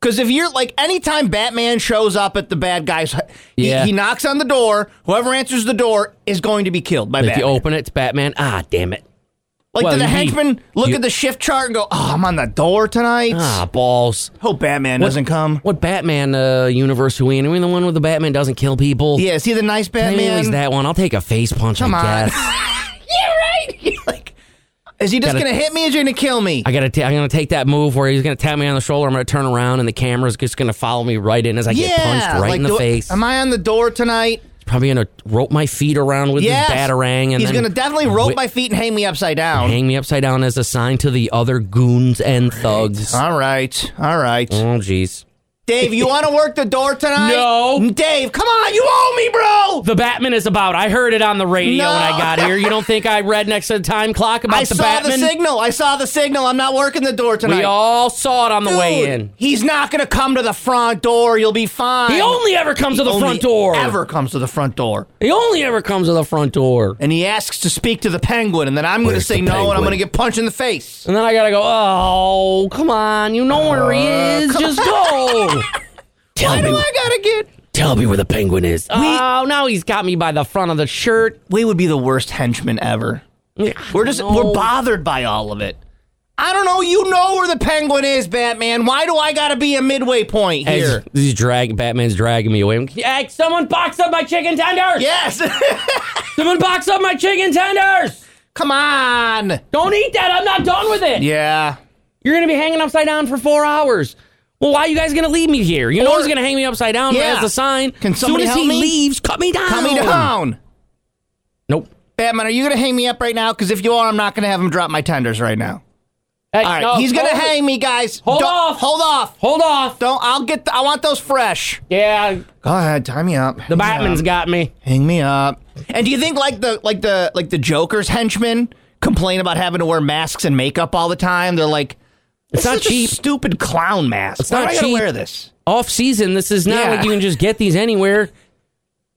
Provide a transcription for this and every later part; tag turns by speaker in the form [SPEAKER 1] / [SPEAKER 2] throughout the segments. [SPEAKER 1] Because if you're like, anytime Batman shows up at the bad guy's, he,
[SPEAKER 2] Yeah.
[SPEAKER 1] he knocks on the door. Whoever answers the door is going to be killed by
[SPEAKER 2] If
[SPEAKER 1] Batman.
[SPEAKER 2] you open it, it's Batman. Ah, damn it.
[SPEAKER 1] like,
[SPEAKER 2] oh, well,
[SPEAKER 1] did the
[SPEAKER 2] you-
[SPEAKER 1] henchman look
[SPEAKER 2] you-
[SPEAKER 1] at the shift chart and go, "Oh, I'm on the door tonight."
[SPEAKER 2] Ah, balls.
[SPEAKER 1] Hope Batman doesn't come.
[SPEAKER 2] What Batman uh, universe are we in? Are we in the one where the Batman doesn't kill people?
[SPEAKER 1] Yeah, is he the nice
[SPEAKER 2] Maybe it
[SPEAKER 1] Batman?
[SPEAKER 2] was that one. I'll take a face punch.
[SPEAKER 1] Come
[SPEAKER 2] I
[SPEAKER 1] on.
[SPEAKER 2] guess.
[SPEAKER 1] yeah, right. like, is he just
[SPEAKER 2] Gotta-
[SPEAKER 1] gonna hit me? Or is he gonna kill me?
[SPEAKER 2] I gotta. T- I'm gonna take that move where he's gonna tap me on the shoulder. I'm gonna turn around, and the camera's just gonna follow me right in as I get punched right
[SPEAKER 1] like,
[SPEAKER 2] in the
[SPEAKER 1] do-
[SPEAKER 2] face.
[SPEAKER 1] Am I on the door tonight?
[SPEAKER 2] Probably gonna rope my feet around with
[SPEAKER 1] Yes.
[SPEAKER 2] his batarang, and
[SPEAKER 1] he's
[SPEAKER 2] then
[SPEAKER 1] gonna definitely rope
[SPEAKER 2] whip-
[SPEAKER 1] my feet and hang me upside down.
[SPEAKER 2] hang me upside down as a sign to the other goons and thugs.
[SPEAKER 1] all right, all right.
[SPEAKER 2] Oh, jeez.
[SPEAKER 1] Dave, you want to work the door tonight?
[SPEAKER 2] No.
[SPEAKER 1] Dave, come on, you owe me, bro.
[SPEAKER 2] The Batman is about. I heard it on the radio when I got here. You don't think I read next to the time clock about
[SPEAKER 1] I
[SPEAKER 2] the
[SPEAKER 1] saw
[SPEAKER 2] Batman?
[SPEAKER 1] the signal. I saw the signal. I'm not working the door tonight.
[SPEAKER 2] we all saw it on the
[SPEAKER 1] Dude,
[SPEAKER 2] way in.
[SPEAKER 1] He's not gonna come to the front door. You'll be fine.
[SPEAKER 2] He only ever comes to the
[SPEAKER 1] Only
[SPEAKER 2] front door.
[SPEAKER 1] Ever comes to the front door,
[SPEAKER 2] He only ever comes to the front door.
[SPEAKER 1] and he asks to speak to the penguin, and then I'm gonna
[SPEAKER 2] Where's
[SPEAKER 1] say
[SPEAKER 2] the
[SPEAKER 1] no, and I'm
[SPEAKER 2] penguin?
[SPEAKER 1] gonna get punched in the face.
[SPEAKER 2] And then I gotta go, oh, come on, you know where
[SPEAKER 1] Uh,
[SPEAKER 2] he is. Just go. tell
[SPEAKER 1] Why
[SPEAKER 2] me,
[SPEAKER 1] do I gotta get?
[SPEAKER 2] tell me where the penguin is. oh, now he's got me by the front of the shirt.
[SPEAKER 1] We would be the worst henchmen ever. We're just we're bothered by all of it. I don't know. You know where the penguin is, Batman. Why do I gotta be a midway point
[SPEAKER 2] As
[SPEAKER 1] here?
[SPEAKER 2] he's drag, Batman's dragging me away. Hey, someone box up my chicken tenders!
[SPEAKER 1] yes.
[SPEAKER 2] Someone box up my chicken tenders!
[SPEAKER 1] Come on.
[SPEAKER 2] Don't eat that! I'm not done with it.
[SPEAKER 1] Yeah.
[SPEAKER 2] You're gonna be hanging upside down for four hours. Well, why are you guys gonna leave me here? You know
[SPEAKER 1] Or-
[SPEAKER 2] he's gonna hang me upside down.
[SPEAKER 1] Yeah.
[SPEAKER 2] Yeah. That's the sign.
[SPEAKER 1] Can somebody
[SPEAKER 2] soon as
[SPEAKER 1] help
[SPEAKER 2] he
[SPEAKER 1] me?
[SPEAKER 2] leaves, cut me down.
[SPEAKER 1] Calm me down.
[SPEAKER 2] Nope.
[SPEAKER 1] Batman, are you gonna hang me up right now? Because if you are, I'm not gonna have him drop my tenders right now.
[SPEAKER 2] Hey,
[SPEAKER 1] All right,
[SPEAKER 2] no,
[SPEAKER 1] he's gonna
[SPEAKER 2] hold-
[SPEAKER 1] hang me, guys.
[SPEAKER 2] Hold
[SPEAKER 1] Don't-
[SPEAKER 2] off.
[SPEAKER 1] Hold off.
[SPEAKER 2] Hold off.
[SPEAKER 1] Don't. I'll get. The, I want those fresh.
[SPEAKER 2] Yeah,
[SPEAKER 1] Go ahead. Tie me up.
[SPEAKER 2] the Batman's got me.
[SPEAKER 1] Hang me up. And do you think like the like the like the Joker's henchmen complain about having to wear masks and makeup all the time? They're like, it's
[SPEAKER 2] not cheap.
[SPEAKER 1] stupid clown mask. It's
[SPEAKER 2] not
[SPEAKER 1] I gotta
[SPEAKER 2] cheap.
[SPEAKER 1] wear this?
[SPEAKER 2] Off season, this is not
[SPEAKER 1] Yeah.
[SPEAKER 2] like you can just get these anywhere.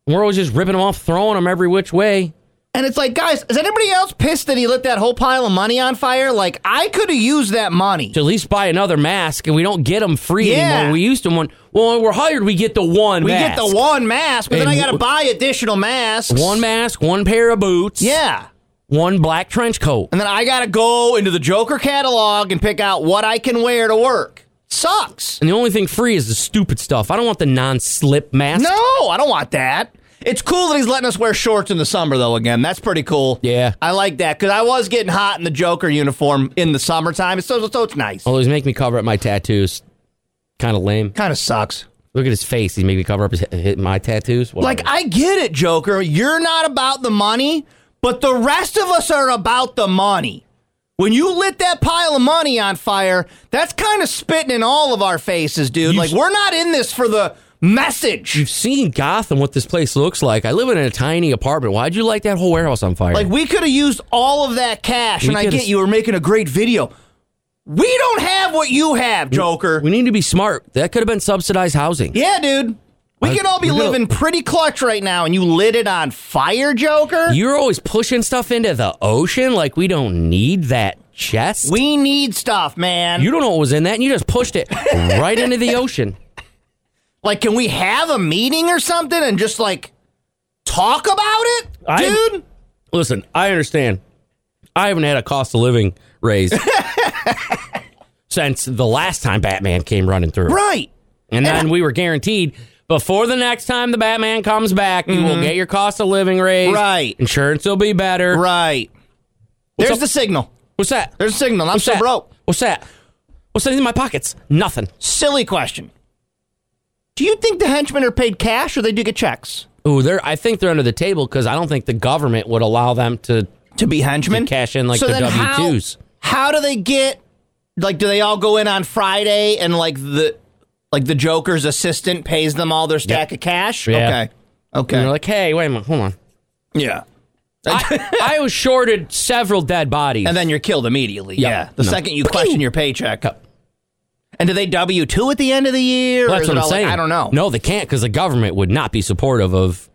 [SPEAKER 2] We're always just ripping them off, throwing them every which way.
[SPEAKER 1] And it's like, guys, is anybody else pissed that he lit that whole pile of money on fire? Like, I could have used that money.
[SPEAKER 2] To at least buy another mask, and we don't get them free
[SPEAKER 1] Yeah.
[SPEAKER 2] anymore. We used to one. Well, when we're hired, we get the one.
[SPEAKER 1] We
[SPEAKER 2] mask.
[SPEAKER 1] get the one mask, but then I
[SPEAKER 2] And
[SPEAKER 1] got to
[SPEAKER 2] w-
[SPEAKER 1] buy additional masks.
[SPEAKER 2] One mask, one pair of boots,
[SPEAKER 1] Yeah.
[SPEAKER 2] one black trench coat.
[SPEAKER 1] And then I got to go into the Joker catalog and pick out what I can wear to work. Sucks.
[SPEAKER 2] And the only thing free is the stupid stuff. I don't want the non-slip mask.
[SPEAKER 1] No, I don't want that. It's cool that he's letting us wear shorts in the summer, though, again. That's pretty cool.
[SPEAKER 2] Yeah.
[SPEAKER 1] I like that because I was getting hot in the Joker uniform in the summertime. So, so it's nice.
[SPEAKER 2] Although he's making me cover up my tattoos. Kind of lame.
[SPEAKER 1] Kind of sucks.
[SPEAKER 2] Look at his face. He's making me cover up his, hit my tattoos. Whatever.
[SPEAKER 1] Like, I get it, Joker. You're not about the money, but the rest of us are about the money. When you lit that pile of money on fire, that's kind of spitting in all of our faces, dude.
[SPEAKER 2] You
[SPEAKER 1] like,
[SPEAKER 2] s-
[SPEAKER 1] we're not in this for the message.
[SPEAKER 2] You've seen Gotham, what this place looks like. I live in a tiny apartment. Why'd you light that whole warehouse on fire?
[SPEAKER 1] Like we could have used all of that cash,
[SPEAKER 2] We
[SPEAKER 1] and I
[SPEAKER 2] coulda
[SPEAKER 1] get
[SPEAKER 2] s-
[SPEAKER 1] you were making a great video. We don't have what you have, Joker.
[SPEAKER 2] we need to be smart. That could have been subsidized housing.
[SPEAKER 1] yeah, dude. We
[SPEAKER 2] Like,
[SPEAKER 1] could all be
[SPEAKER 2] we coulda-
[SPEAKER 1] living pretty clutch right now, and you lit it on fire, Joker.
[SPEAKER 2] You're always pushing stuff into the ocean. Like we don't need that chest.
[SPEAKER 1] we need stuff, man.
[SPEAKER 2] you don't know what was in that, and you just pushed it right into the ocean.
[SPEAKER 1] like, can we have a meeting or something and just like talk about it,
[SPEAKER 2] I-
[SPEAKER 1] dude?
[SPEAKER 2] Listen, I understand. I haven't had a cost of living raise since the last time Batman came running through.
[SPEAKER 1] Right.
[SPEAKER 2] And then we were guaranteed before the next time the Batman comes back, you will get your cost of living raised.
[SPEAKER 1] Mm-hmm. Right.
[SPEAKER 2] Insurance will be better.
[SPEAKER 1] Right. There's
[SPEAKER 2] up?
[SPEAKER 1] the signal.
[SPEAKER 2] What's that?
[SPEAKER 1] There's a signal. I'm
[SPEAKER 2] What's
[SPEAKER 1] so
[SPEAKER 2] that?
[SPEAKER 1] broke.
[SPEAKER 2] What's that? What's that in my pockets? Nothing.
[SPEAKER 1] Silly question. Do you think the henchmen are paid cash or they do get checks?
[SPEAKER 2] Ooh, they're. I think they're under the table because I don't think the government would allow them to.
[SPEAKER 1] to be henchmen
[SPEAKER 2] To cash in, like, the
[SPEAKER 1] then how-
[SPEAKER 2] W-2s.
[SPEAKER 1] How, do they get? Like, do they all go in on Friday and like the like the Joker's assistant pays them all their stack of cash?
[SPEAKER 2] Yeah.
[SPEAKER 1] Okay, okay.
[SPEAKER 2] And they're like, hey, wait a minute, hold on.
[SPEAKER 1] Yeah.
[SPEAKER 2] I, I was shorted several dead bodies.
[SPEAKER 1] And then you're killed immediately.
[SPEAKER 2] Yeah.
[SPEAKER 1] Yeah. The
[SPEAKER 2] No.
[SPEAKER 1] second you question your paycheck. And do they W 2 at the end of the year?
[SPEAKER 2] Well,
[SPEAKER 1] or
[SPEAKER 2] that's
[SPEAKER 1] is it
[SPEAKER 2] what I'm
[SPEAKER 1] all like-
[SPEAKER 2] saying.
[SPEAKER 1] I don't know.
[SPEAKER 2] No, they can't because the government would not be supportive of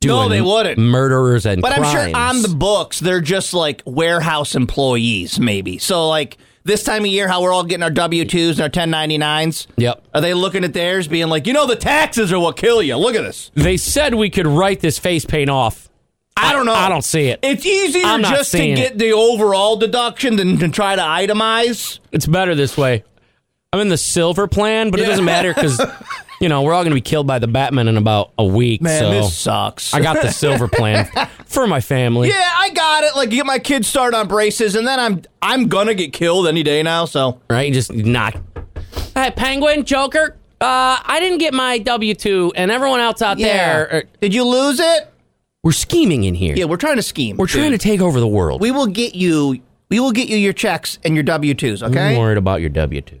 [SPEAKER 2] doing
[SPEAKER 1] No, they wouldn't.
[SPEAKER 2] murderers and
[SPEAKER 1] But I'm sure on
[SPEAKER 2] crimes.
[SPEAKER 1] the books, they're just like warehouse employees, maybe. So, like, this time of year, how we're all getting our W 2s and our 1099s.
[SPEAKER 2] Yep.
[SPEAKER 1] Are they looking at theirs being like, you know, the taxes are what kill you? Look at this.
[SPEAKER 2] They said we could write this face paint off.
[SPEAKER 1] I don't know.
[SPEAKER 2] I don't see it.
[SPEAKER 1] It's easier
[SPEAKER 2] I'm not
[SPEAKER 1] just to
[SPEAKER 2] seeing
[SPEAKER 1] get the overall deduction than to try to itemize.
[SPEAKER 2] It's better this way. I'm in the silver plan, but it
[SPEAKER 1] Yeah.
[SPEAKER 2] doesn't matter because you know we're all going to be killed by the Batman in about a week.
[SPEAKER 1] Man,
[SPEAKER 2] so
[SPEAKER 1] this sucks.
[SPEAKER 2] I got the silver plan for my family.
[SPEAKER 1] Yeah, I got it. Like, get my kids started on braces, and then I'm I'm gonna get killed any day now. So
[SPEAKER 2] Right? Just knock. Hey, Penguin Joker. Uh, I didn't get my W two, and everyone else out there, er,
[SPEAKER 1] did you lose it?
[SPEAKER 2] we're scheming in here.
[SPEAKER 1] Yeah, we're trying to scheme.
[SPEAKER 2] we're trying to take over the world.
[SPEAKER 1] We will get you. We will get you your checks and your W twos. Okay.
[SPEAKER 2] I'm worried about your W two.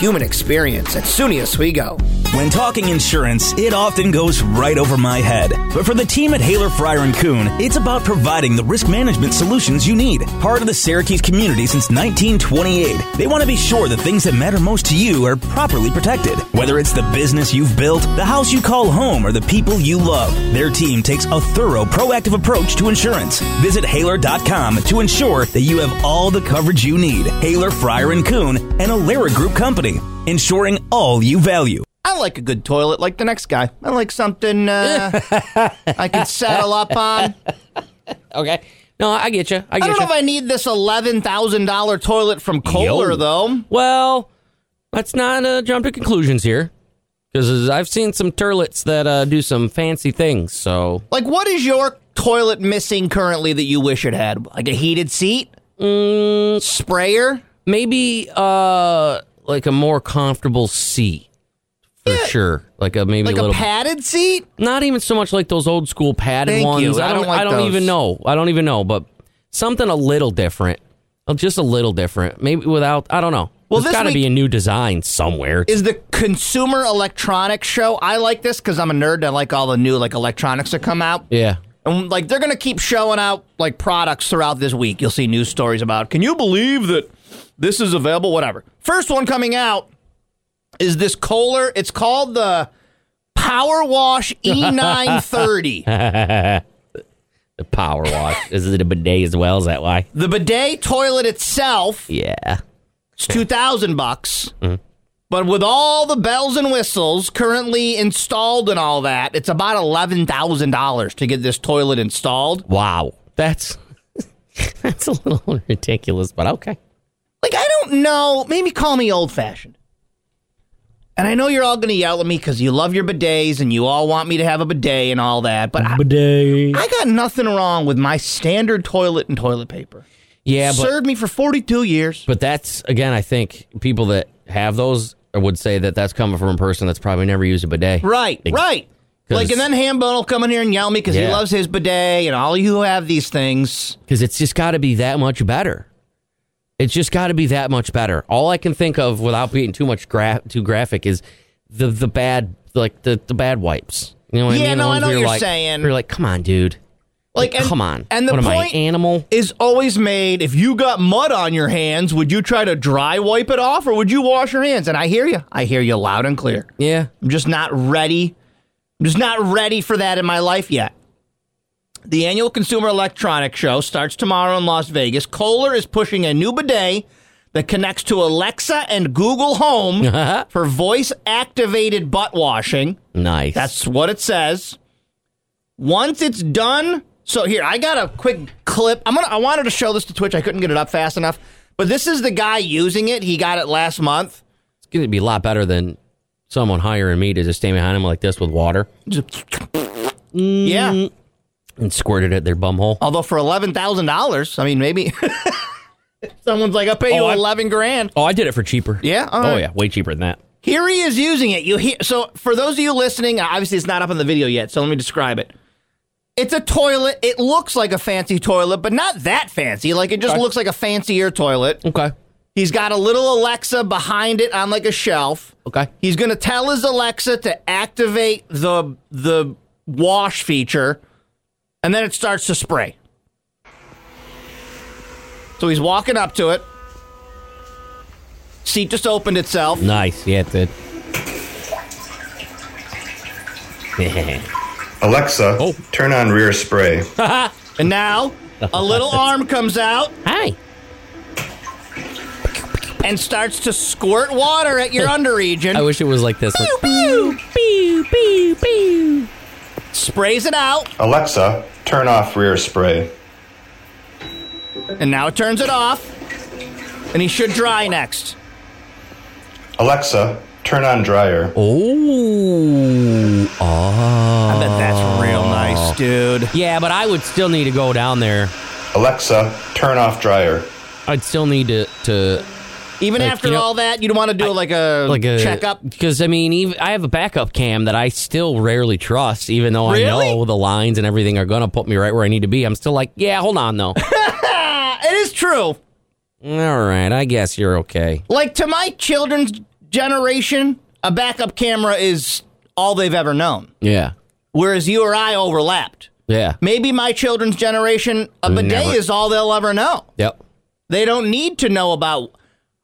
[SPEAKER 3] human experience at SUNY Oswego.
[SPEAKER 4] When talking insurance, it often goes right over my head. But for the team at Haler Fryer and Coon, it's about providing the risk management solutions you need. Part of the Syracuse community since 1928, they want to be sure the things that matter most to you are properly protected. Whether it's the business you've built, the house you call home, or the people you love, their team takes a thorough, proactive approach to insurance. Visit Haler.com to ensure that you have all the coverage you need. Haler Fryer and Coon, an Alera Group company, ensuring all you value.
[SPEAKER 1] I like a good toilet, like the next guy. I like something uh, I can settle up on.
[SPEAKER 2] Okay. No, I get you. I
[SPEAKER 1] I
[SPEAKER 2] get
[SPEAKER 1] don't know
[SPEAKER 2] you.
[SPEAKER 1] if I need this eleven thousand dollar toilet from Kohler
[SPEAKER 2] Yo.
[SPEAKER 1] though.
[SPEAKER 2] Well, let's not uh, jump to conclusions here, because I've seen some turlets that uh, do some fancy things. So
[SPEAKER 1] Like, what is your toilet missing currently that you wish it had? Like a heated seat,
[SPEAKER 2] Mm.
[SPEAKER 1] sprayer.
[SPEAKER 2] maybe uh, like a more comfortable seat for sure. Like a maybe
[SPEAKER 1] Like
[SPEAKER 2] a
[SPEAKER 1] a
[SPEAKER 2] little.
[SPEAKER 1] padded seat?
[SPEAKER 2] not even so much like those old school padded
[SPEAKER 1] Thank
[SPEAKER 2] ones.
[SPEAKER 1] you.
[SPEAKER 2] I
[SPEAKER 1] I
[SPEAKER 2] don't.
[SPEAKER 1] don't like
[SPEAKER 2] I don't
[SPEAKER 1] those.
[SPEAKER 2] even know. I don't even know. But something a little different. Uh, Just a little different. Maybe without. I don't know.
[SPEAKER 1] Well,
[SPEAKER 2] There's
[SPEAKER 1] this
[SPEAKER 2] got to
[SPEAKER 1] week-
[SPEAKER 2] be a new design somewhere.
[SPEAKER 1] Is the Consumer Electronics Show? I like this because I'm a nerd. and I like all the new like electronics that come out.
[SPEAKER 2] yeah.
[SPEAKER 1] And like they're gonna keep showing out like products throughout this week. You'll see news stories about. Can you believe that this is available? Whatever. First one coming out is this Kohler. It's called the Power Wash E E930.
[SPEAKER 2] The power wash. Is it a bidet as well? Is that why?
[SPEAKER 1] the bidet toilet itself
[SPEAKER 2] Yeah.
[SPEAKER 1] It's two thousand bucks. But with all the bells and whistles currently installed and all that, it's about eleven thousand dollars to get this toilet installed.
[SPEAKER 2] Wow. That's that's a little ridiculous, but okay.
[SPEAKER 1] Like I don't know, maybe call me old fashioned. And I know you're all gonna yell at me because you love your bidets and you all want me to have a bidet and all that, but I,
[SPEAKER 2] Bidet.
[SPEAKER 1] I got nothing wrong with my standard toilet and toilet paper.
[SPEAKER 2] Yeah, but
[SPEAKER 1] Served me for forty two years.
[SPEAKER 2] but that's again, I think people that have those would say that that's coming from a person that's probably never used a bidet.
[SPEAKER 1] Right,
[SPEAKER 2] Like,
[SPEAKER 1] right.
[SPEAKER 2] 'cause-
[SPEAKER 1] Like, and then Hambone will come in here and yell at me because he
[SPEAKER 2] Yeah.
[SPEAKER 1] loves his bidet and all you who have these things.
[SPEAKER 2] because it's just got to be that much better. It's just got to be that much better. All I can think of, without being too much gra- too graphic, is the the bad like the, the bad wipes. You know what I
[SPEAKER 1] Yeah,
[SPEAKER 2] mean? The
[SPEAKER 1] no, I
[SPEAKER 2] ones
[SPEAKER 1] know
[SPEAKER 2] where
[SPEAKER 1] what you're
[SPEAKER 2] like-
[SPEAKER 1] saying.
[SPEAKER 2] where You're like, come on, dude.
[SPEAKER 1] Like, and-
[SPEAKER 2] come on.
[SPEAKER 1] and the
[SPEAKER 2] what am I,
[SPEAKER 1] point-
[SPEAKER 2] an animal?
[SPEAKER 1] is always made if you got mud on your hands, would you try to dry wipe it off or would you wash your hands? And I hear you. I hear you loud and clear.
[SPEAKER 2] Yeah.
[SPEAKER 1] I'm just not ready. I'm just not ready for that in my life yet. The annual Consumer Electronics Show starts tomorrow in Las Vegas. Kohler is pushing a new bidet that connects to Alexa and Google Home for voice activated butt washing.
[SPEAKER 2] Nice.
[SPEAKER 1] That's what it says. Once it's done, so here I got a quick clip. I'm gonna. I wanted to show this to Twitch. I couldn't get it up fast enough. But this is the guy using it. He got it last month.
[SPEAKER 2] it's gonna be a lot better than someone hiring me to just stand behind him like this with water.
[SPEAKER 1] Yeah,
[SPEAKER 2] and squirted at their bumhole.
[SPEAKER 1] Although for eleven thousand dollars, I mean, maybe someone's like, "I'll pay you
[SPEAKER 2] Oh, I-
[SPEAKER 1] eleven grand."
[SPEAKER 2] Oh, I did it for cheaper.
[SPEAKER 1] Yeah? All
[SPEAKER 2] Oh
[SPEAKER 1] right.
[SPEAKER 2] yeah, way cheaper than that.
[SPEAKER 1] Here he is using it. You hear? So for those of you listening, obviously it's not up on the video yet. So let me describe it. It's a toilet. It looks like a fancy toilet, but not that fancy. Like it just looks like a fancier toilet.
[SPEAKER 2] Okay.
[SPEAKER 1] He's got a little Alexa behind it on like a shelf.
[SPEAKER 2] Okay.
[SPEAKER 1] He's going to tell his Alexa to activate the the wash feature, and then it starts to spray. So he's walking up to it. Seat just opened itself.
[SPEAKER 2] Nice. Yeah, it did.
[SPEAKER 5] Alexa,
[SPEAKER 2] Oh.
[SPEAKER 5] turn on rear spray.
[SPEAKER 1] And now a little arm comes out
[SPEAKER 2] Hi.
[SPEAKER 1] and starts to squirt water at your underregion.
[SPEAKER 2] I wish it was like this.
[SPEAKER 1] Pew, Sprays it out,
[SPEAKER 5] Alexa, turn off rear spray.
[SPEAKER 1] and now it turns it off. And he should dry next.
[SPEAKER 5] Alexa, turn on dryer.
[SPEAKER 2] Oh.
[SPEAKER 1] I bet that's real nice, dude.
[SPEAKER 2] Yeah, but I would still need to go down there.
[SPEAKER 5] Alexa, turn off dryer.
[SPEAKER 2] I'd still need to to
[SPEAKER 1] Even
[SPEAKER 2] Like,
[SPEAKER 1] after
[SPEAKER 2] you know-
[SPEAKER 1] all that, you'd want to do like a
[SPEAKER 2] like a
[SPEAKER 1] checkup.
[SPEAKER 2] because I mean, even, I have a backup cam that I still rarely trust, even though I
[SPEAKER 1] Really?
[SPEAKER 2] know the lines and everything are gonna put me right where I need to be. I'm still like, yeah, hold on though.
[SPEAKER 1] Ah, it is true.
[SPEAKER 2] All right, I guess you're okay.
[SPEAKER 1] Like to my children's generation, a backup camera is all they've ever known.
[SPEAKER 2] Yeah,
[SPEAKER 1] Whereas you or I overlapped.
[SPEAKER 2] yeah,
[SPEAKER 1] Maybe my children's generation, a bidet
[SPEAKER 2] Never.
[SPEAKER 1] is all they'll ever know.
[SPEAKER 2] yep.
[SPEAKER 1] They don't need to know about.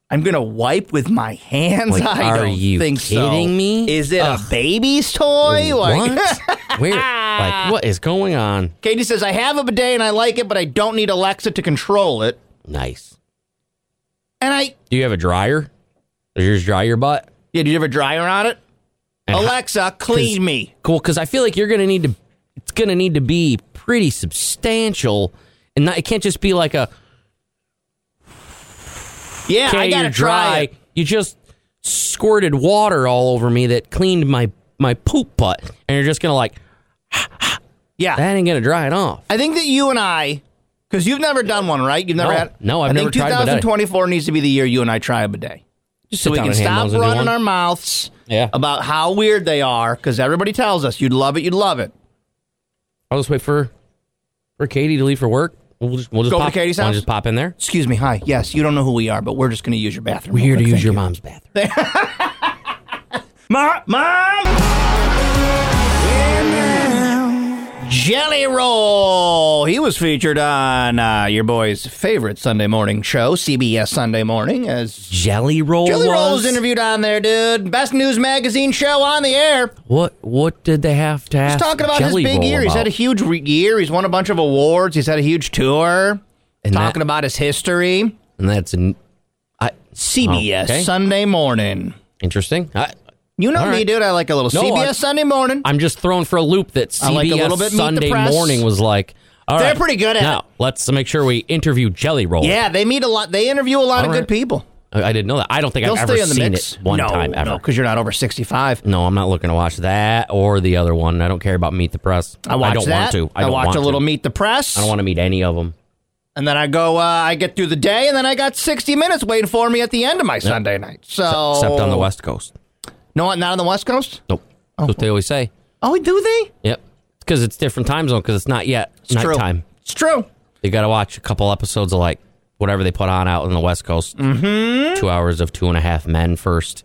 [SPEAKER 1] I'm gonna wipe with my hands.
[SPEAKER 2] Like,
[SPEAKER 1] I
[SPEAKER 2] are
[SPEAKER 1] don't
[SPEAKER 2] you
[SPEAKER 1] think so.
[SPEAKER 2] kidding me?
[SPEAKER 1] Is it
[SPEAKER 2] Ugh.
[SPEAKER 1] a baby's toy? Like-
[SPEAKER 2] what? Where? Like, what is going on?
[SPEAKER 1] Katie says I have a bidet and I like it, but I don't need Alexa to control it.
[SPEAKER 2] Nice.
[SPEAKER 1] And I
[SPEAKER 2] Do you have a dryer? Does yours dry your butt?
[SPEAKER 1] yeah, do you have a dryer on it?
[SPEAKER 2] And how-
[SPEAKER 1] Alexa, clean me.
[SPEAKER 2] Cool, because I feel like you're gonna need to. It's gonna need to be pretty substantial, and not, it can't just be like a.
[SPEAKER 1] Yeah,
[SPEAKER 2] okay,
[SPEAKER 1] I gotta
[SPEAKER 2] you're
[SPEAKER 1] try.
[SPEAKER 2] dry.
[SPEAKER 1] It.
[SPEAKER 2] You just squirted water all over me that cleaned my my poop butt, and you're just gonna like
[SPEAKER 1] Yeah,
[SPEAKER 2] that ain't gonna dry it off.
[SPEAKER 1] I think that you and I, because you've never done one, right? You've never
[SPEAKER 2] No.
[SPEAKER 1] had.
[SPEAKER 2] No, I've
[SPEAKER 1] I
[SPEAKER 2] never
[SPEAKER 1] think
[SPEAKER 2] tried a bidet.
[SPEAKER 1] 2024 needs to be the year you and I try a bidet,
[SPEAKER 2] Just
[SPEAKER 1] so
[SPEAKER 2] sit
[SPEAKER 1] we
[SPEAKER 2] down
[SPEAKER 1] can
[SPEAKER 2] and hand
[SPEAKER 1] stop
[SPEAKER 2] those into
[SPEAKER 1] running
[SPEAKER 2] one.
[SPEAKER 1] our mouths
[SPEAKER 2] Yeah,
[SPEAKER 1] about how weird they are. Because everybody tells us you'd love it, you'd love it.
[SPEAKER 2] I'll just wait for for Katie to leave for work. We'll just we'll just
[SPEAKER 1] Go to
[SPEAKER 2] pop,
[SPEAKER 1] Katie's
[SPEAKER 2] wanna
[SPEAKER 1] house?
[SPEAKER 2] Just pop in there.
[SPEAKER 1] Excuse me, hi. Yes, you don't know who we are, but we're just going to use your bathroom.
[SPEAKER 2] We're
[SPEAKER 1] real
[SPEAKER 2] here to
[SPEAKER 1] quick,
[SPEAKER 2] use
[SPEAKER 1] thank
[SPEAKER 2] your
[SPEAKER 1] you.
[SPEAKER 2] mom's bathroom.
[SPEAKER 1] Mom, mom. Jelly Roll. He was featured on uh, your boy's favorite Sunday morning show, CBS Sunday Morning, as
[SPEAKER 2] Jelly roll.
[SPEAKER 1] Jelly Roll
[SPEAKER 2] was?
[SPEAKER 1] was interviewed on there, dude. Best news magazine show on the air.
[SPEAKER 2] What what did they have to
[SPEAKER 1] He's
[SPEAKER 2] ask?
[SPEAKER 1] talking about
[SPEAKER 2] Jelly
[SPEAKER 1] his big
[SPEAKER 2] roll
[SPEAKER 1] year. He's
[SPEAKER 2] about?
[SPEAKER 1] had a huge re- year. He's won a bunch of awards. He's had a huge tour.
[SPEAKER 2] And that-
[SPEAKER 1] talking about his history.
[SPEAKER 2] and that's an, I,
[SPEAKER 1] CBS
[SPEAKER 2] Oh, Okay.
[SPEAKER 1] Sunday Morning.
[SPEAKER 2] interesting. I,
[SPEAKER 1] You know
[SPEAKER 2] All
[SPEAKER 1] me,
[SPEAKER 2] right.
[SPEAKER 1] dude. I like a little
[SPEAKER 2] No,
[SPEAKER 1] CBS
[SPEAKER 2] I-
[SPEAKER 1] Sunday morning.
[SPEAKER 2] I'm just thrown for a loop that CBS
[SPEAKER 1] I like a little bit Meet the
[SPEAKER 2] Sunday
[SPEAKER 1] Press.
[SPEAKER 2] morning was like. all
[SPEAKER 1] They're
[SPEAKER 2] right,
[SPEAKER 1] pretty good at
[SPEAKER 2] now,
[SPEAKER 1] it.
[SPEAKER 2] let's make sure we interview Jelly Roll.
[SPEAKER 1] yeah, they meet a lot. They interview a lot
[SPEAKER 2] All
[SPEAKER 1] of
[SPEAKER 2] right.
[SPEAKER 1] good people.
[SPEAKER 2] I, I didn't know that. I don't think
[SPEAKER 1] They'll
[SPEAKER 2] I've ever
[SPEAKER 1] stay in the
[SPEAKER 2] seen
[SPEAKER 1] mix.
[SPEAKER 2] it one
[SPEAKER 1] no,
[SPEAKER 2] time ever.
[SPEAKER 1] because you're not over 65.
[SPEAKER 2] No, I'm not looking to watch that or the other one. I don't care about Meet the Press.
[SPEAKER 1] I watch
[SPEAKER 2] don't
[SPEAKER 1] that.
[SPEAKER 2] want to. I, don't
[SPEAKER 1] watch
[SPEAKER 2] want
[SPEAKER 1] a little
[SPEAKER 2] To.
[SPEAKER 1] Meet the Press.
[SPEAKER 2] I don't want to meet any of them.
[SPEAKER 1] and then I go. Uh, I get through the day, and then I got 60 minutes waiting for me at the end of my Sunday night. So
[SPEAKER 2] Except on the West Coast.
[SPEAKER 1] No, not on the West Coast.
[SPEAKER 2] Nope. That's what they always say.
[SPEAKER 1] Oh, do they?
[SPEAKER 2] Yep. Because it's different time zone. Because it's not yet
[SPEAKER 1] It's true.
[SPEAKER 2] nighttime.
[SPEAKER 1] It's true.
[SPEAKER 2] They got to watch a couple episodes of like whatever they put on out in the West Coast. Mm-hmm. Two hours of Two and a Half Men first.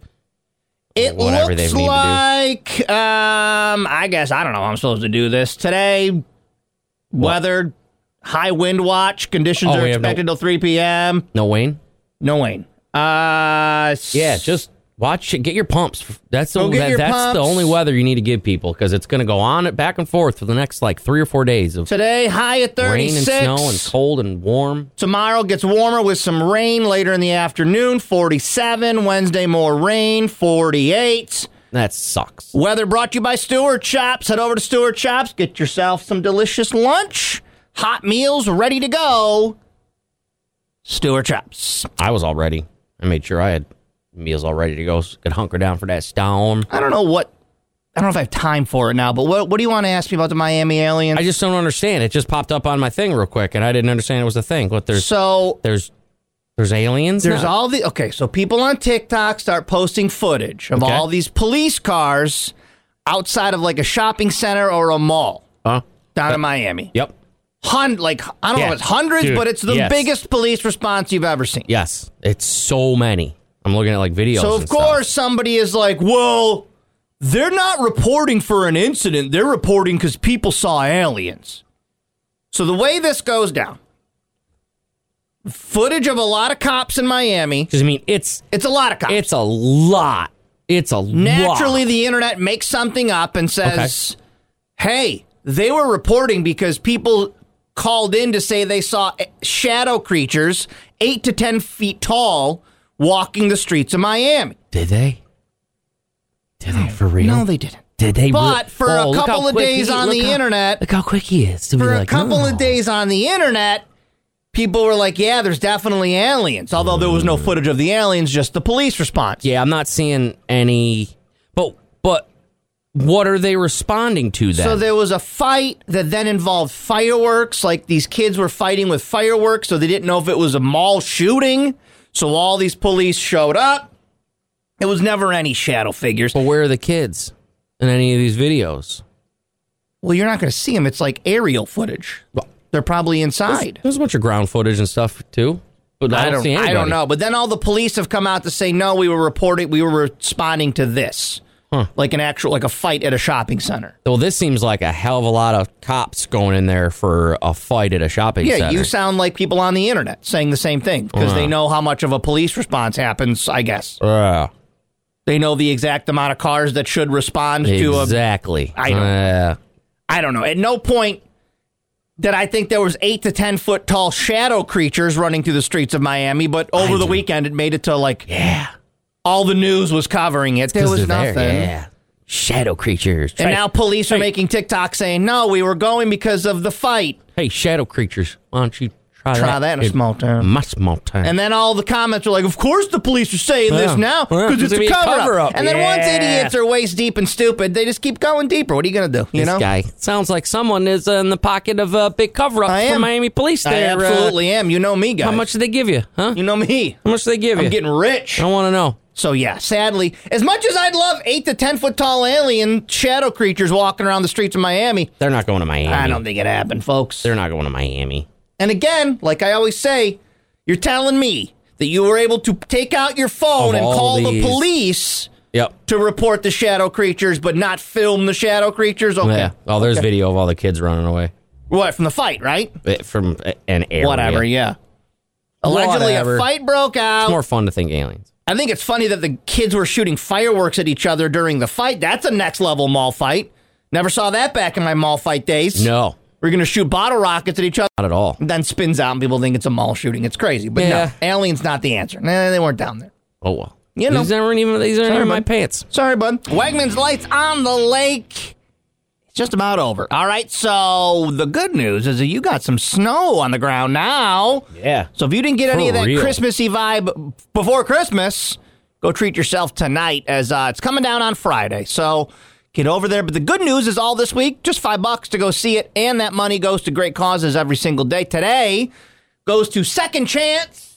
[SPEAKER 1] It
[SPEAKER 2] Whatever they
[SPEAKER 1] looks
[SPEAKER 2] need to do.
[SPEAKER 1] like. Um, I guess I don't know. how I'm supposed to do this today. Weather, high wind watch. Conditions
[SPEAKER 2] Oh,
[SPEAKER 1] are
[SPEAKER 2] we have no-
[SPEAKER 1] expected till 3 p.m.
[SPEAKER 2] No, Wayne.
[SPEAKER 1] No Wayne. Uh, s-
[SPEAKER 2] Yeah, just watch it. Get your pumps. That's the
[SPEAKER 1] Go get
[SPEAKER 2] that-
[SPEAKER 1] your
[SPEAKER 2] that's
[SPEAKER 1] pumps.
[SPEAKER 2] the only weather you need to give people because it's going to go on it back and forth for the next like three or four days of
[SPEAKER 1] today high at 36.
[SPEAKER 2] rain and snow and cold and warm.
[SPEAKER 1] Tomorrow gets warmer with some rain later in the afternoon. 47. Wednesday more rain. 48.
[SPEAKER 2] That sucks.
[SPEAKER 1] Weather brought to you by Stewart Chops. Head over to Stewart Chops, get yourself some delicious lunch, hot meals ready to go. Stewart Chops.
[SPEAKER 2] I was all ready. I made sure I had meals all ready to go. So I could hunker down for that storm.
[SPEAKER 1] I don't know what I don't know if I have time for it now, but what what do you want to ask me about the Miami Aliens?
[SPEAKER 2] I just don't understand. It just popped up on my thing real quick, and I didn't understand it was a thing. What there's
[SPEAKER 1] so
[SPEAKER 2] there's there's aliens.
[SPEAKER 1] There's
[SPEAKER 2] now?
[SPEAKER 1] all the okay. So people on TikTok start posting footage of
[SPEAKER 2] Okay.
[SPEAKER 1] all these police cars outside of like a shopping center or a mall
[SPEAKER 2] Huh?
[SPEAKER 1] down in Miami.
[SPEAKER 2] Yep.
[SPEAKER 1] Hun- like I don't know,
[SPEAKER 2] Uh, Yeah.
[SPEAKER 1] if it's hundreds,
[SPEAKER 2] Dude,
[SPEAKER 1] but it's the
[SPEAKER 2] yes.
[SPEAKER 1] biggest police response you've ever seen.
[SPEAKER 2] Yes. It's so many. I'm looking at like videos.
[SPEAKER 1] So of
[SPEAKER 2] and stuff.
[SPEAKER 1] course somebody is like, well, they're not reporting for an incident. They're reporting because people saw aliens. So the way this goes down, footage of a lot of cops in Miami.
[SPEAKER 2] 'Cause, I mean, it's
[SPEAKER 1] It's a lot of cops.
[SPEAKER 2] it's a lot. It's a
[SPEAKER 1] naturally
[SPEAKER 2] lot.
[SPEAKER 1] the internet makes something up and says, "Hey, they were reporting because people called in to say they saw eh, shadow creatures 8 to 10 feet tall walking the streets of Miami."
[SPEAKER 2] Did they? Did they for real?
[SPEAKER 1] No, they didn't.
[SPEAKER 2] Did they? re-
[SPEAKER 1] But for a
[SPEAKER 2] Oh, look
[SPEAKER 1] couple
[SPEAKER 2] how
[SPEAKER 1] of
[SPEAKER 2] quick
[SPEAKER 1] days
[SPEAKER 2] he-
[SPEAKER 1] on
[SPEAKER 2] look
[SPEAKER 1] the
[SPEAKER 2] how-
[SPEAKER 1] internet-
[SPEAKER 2] look how quick he is. To be
[SPEAKER 1] For a
[SPEAKER 2] like,
[SPEAKER 1] couple
[SPEAKER 2] "Oh."
[SPEAKER 1] of days on the internet, people were like, "Yeah, there's definitely aliens." Although there was no footage of the aliens, just the police response.
[SPEAKER 2] Yeah, I'm not seeing any. But but what are they responding to then?
[SPEAKER 1] So there was a fight that then involved fireworks. Like these kids were fighting with fireworks, so they didn't know if it was a mall shooting. So all these police showed up. It was never any shadow figures.
[SPEAKER 2] but where are the kids in any of these videos?
[SPEAKER 1] Well, you're not going to see them. It's like aerial footage.
[SPEAKER 2] Well,
[SPEAKER 1] They're probably
[SPEAKER 2] there's,
[SPEAKER 1] inside.
[SPEAKER 2] there's a bunch of ground footage and stuff too. But I,
[SPEAKER 1] I don't.
[SPEAKER 2] see anybody.
[SPEAKER 1] I don't know. But then all the police have come out to say no. We were reporting. We were responding to this, like an actual like a fight at a shopping center.
[SPEAKER 2] Well, this seems like a hell of a lot of cops going in there for a fight at a shopping
[SPEAKER 1] Yeah,
[SPEAKER 2] center.
[SPEAKER 1] you sound like people on the internet saying the same thing because they know how much of a police response happens. I guess.
[SPEAKER 2] Yeah,
[SPEAKER 1] They know the exact amount of cars that should respond to a.
[SPEAKER 2] exactly.
[SPEAKER 1] I don't-
[SPEAKER 2] Yeah.
[SPEAKER 1] I don't know. At no point did I think there was eight to ten foot tall shadow creatures running through the streets of Miami, but over the weekend it made it to like
[SPEAKER 2] yeah.
[SPEAKER 1] all the news was covering it. There
[SPEAKER 2] 'Cause
[SPEAKER 1] was
[SPEAKER 2] they're there,
[SPEAKER 1] nothing.
[SPEAKER 2] Yeah. Shadow creatures.
[SPEAKER 1] And
[SPEAKER 2] Hey,
[SPEAKER 1] now police are making TikTok saying, "No, we were going because of the fight."
[SPEAKER 2] hey, shadow creatures. Why don't you try,
[SPEAKER 1] Try that in a small town.
[SPEAKER 2] My small town.
[SPEAKER 1] And then all the comments are like, "Of course the police are saying this
[SPEAKER 2] Yeah.
[SPEAKER 1] now
[SPEAKER 2] Yeah,
[SPEAKER 1] because it's,
[SPEAKER 2] it's gonna
[SPEAKER 1] a
[SPEAKER 2] be a
[SPEAKER 1] cover, up."
[SPEAKER 2] cover-up.
[SPEAKER 1] And then once
[SPEAKER 2] Yeah.
[SPEAKER 1] idiots are waist deep and stupid, they just keep going deeper. What are you gonna do? You
[SPEAKER 2] this
[SPEAKER 1] know,
[SPEAKER 2] guy sounds like someone is in the pocket of a big cover
[SPEAKER 1] I
[SPEAKER 2] up
[SPEAKER 1] am.
[SPEAKER 2] from Miami police.
[SPEAKER 1] I
[SPEAKER 2] There, uh,
[SPEAKER 1] absolutely am. You know me, guys.
[SPEAKER 2] how much do they give you? Huh?
[SPEAKER 1] You know me.
[SPEAKER 2] How much do they give
[SPEAKER 1] I'm
[SPEAKER 2] you?
[SPEAKER 1] getting rich.
[SPEAKER 2] I want to know.
[SPEAKER 1] So yeah, sadly, as much as I'd love eight to ten foot tall alien shadow creatures walking around the streets of Miami,
[SPEAKER 2] They're not going to Miami.
[SPEAKER 1] I don't think it happened, folks.
[SPEAKER 2] They're not going to Miami.
[SPEAKER 1] And again, like I always say, you're telling me that you were able to take out your phone
[SPEAKER 2] Of
[SPEAKER 1] and
[SPEAKER 2] all
[SPEAKER 1] call the
[SPEAKER 2] these.
[SPEAKER 1] police
[SPEAKER 2] Yep.
[SPEAKER 1] to report the shadow creatures, but not film the shadow creatures. Okay,
[SPEAKER 2] Yeah. Oh, there's video of all the kids running away
[SPEAKER 1] what from the fight, right?
[SPEAKER 2] Eh, from eh, an area.
[SPEAKER 1] Whatever,
[SPEAKER 2] It's
[SPEAKER 1] yeah. Allegedly,
[SPEAKER 2] Whatever.
[SPEAKER 1] a fight broke out.
[SPEAKER 2] more fun to think aliens.
[SPEAKER 1] I think it's funny that the kids were shooting fireworks at each other during the fight. That's a next level mall fight. Never saw that back in my mall fight days.
[SPEAKER 2] No,
[SPEAKER 1] We're going to shoot bottle rockets at each other.
[SPEAKER 2] not at all.
[SPEAKER 1] Then spins out and people think it's a mall shooting. It's crazy. But
[SPEAKER 2] Yeah.
[SPEAKER 1] no, aliens not the answer. Nah, they weren't down there.
[SPEAKER 2] Oh well.
[SPEAKER 1] You know.
[SPEAKER 2] these aren't even these aren't
[SPEAKER 1] Sorry,
[SPEAKER 2] even my
[SPEAKER 1] bud.
[SPEAKER 2] pants.
[SPEAKER 1] Sorry, bud. Wegman's Lights on the Lake. It's just about over. All right, so the good news is that you got some snow on the ground now.
[SPEAKER 2] Yeah.
[SPEAKER 1] So if you didn't get any
[SPEAKER 2] For
[SPEAKER 1] of that
[SPEAKER 2] real.
[SPEAKER 1] Christmassy vibe before Christmas, go treat yourself tonight as uh, it's coming down on Friday. So get over there. But the good news is all this week, just five bucks to go see it, and that money goes to great causes every single day. Today goes to Second Chance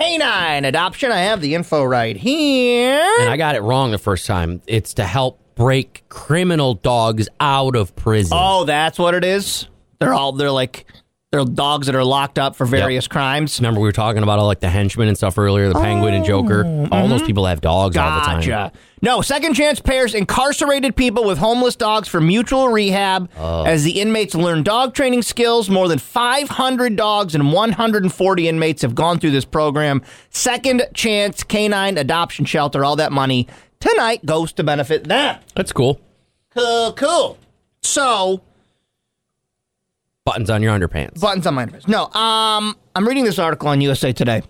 [SPEAKER 1] Canine Adoption. I have the info right here.
[SPEAKER 2] And I got it wrong the first time. It's to help break criminal dogs out of prison.
[SPEAKER 1] Oh, that's what it is. They're all they're like they're dogs that are locked up for various crimes.
[SPEAKER 2] Remember we were talking about all like the henchmen and stuff earlier, the penguin and Joker. All those people have dogs all the time.
[SPEAKER 1] Oh, mm-hmm. Gotcha. No, second chance pairs incarcerated people with homeless dogs for mutual rehab as the inmates learn dog training skills. More than 500 dogs and 140 inmates have gone through this program. Second chance canine adoption shelter. All that money tonight goes to benefit them.
[SPEAKER 2] That's cool.
[SPEAKER 1] Cool, cool. So
[SPEAKER 2] Buttons on your underpants.
[SPEAKER 1] buttons on my interface. No, um, I'm reading this article on USA Today.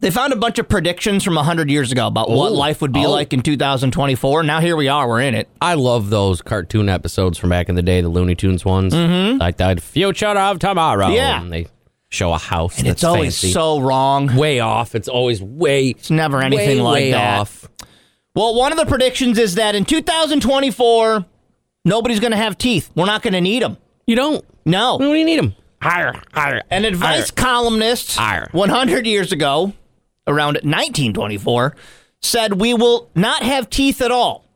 [SPEAKER 1] They found a bunch of predictions from 100 years ago about what
[SPEAKER 2] Ooh.
[SPEAKER 1] life would be
[SPEAKER 2] Oh.
[SPEAKER 1] like in 2024. Now here we are, we're in it.
[SPEAKER 2] I love those cartoon episodes from back in the day, the Looney Tunes ones. Mm-hmm. Like that future of tomorrow.
[SPEAKER 1] Yeah.
[SPEAKER 2] And they show a house.
[SPEAKER 1] And
[SPEAKER 2] that's
[SPEAKER 1] it's always
[SPEAKER 2] fancy.
[SPEAKER 1] so wrong.
[SPEAKER 2] way off. It's always way. It's
[SPEAKER 1] never anything like that. Well, one of the predictions is that in 2024, nobody's going to have teeth. We're not going to need them.
[SPEAKER 2] You don't.
[SPEAKER 1] No.
[SPEAKER 2] What do you need them? Higher, higher.
[SPEAKER 1] An advice columnist
[SPEAKER 2] Arr.
[SPEAKER 1] 100 years ago, around 1924, said we will not have teeth at all.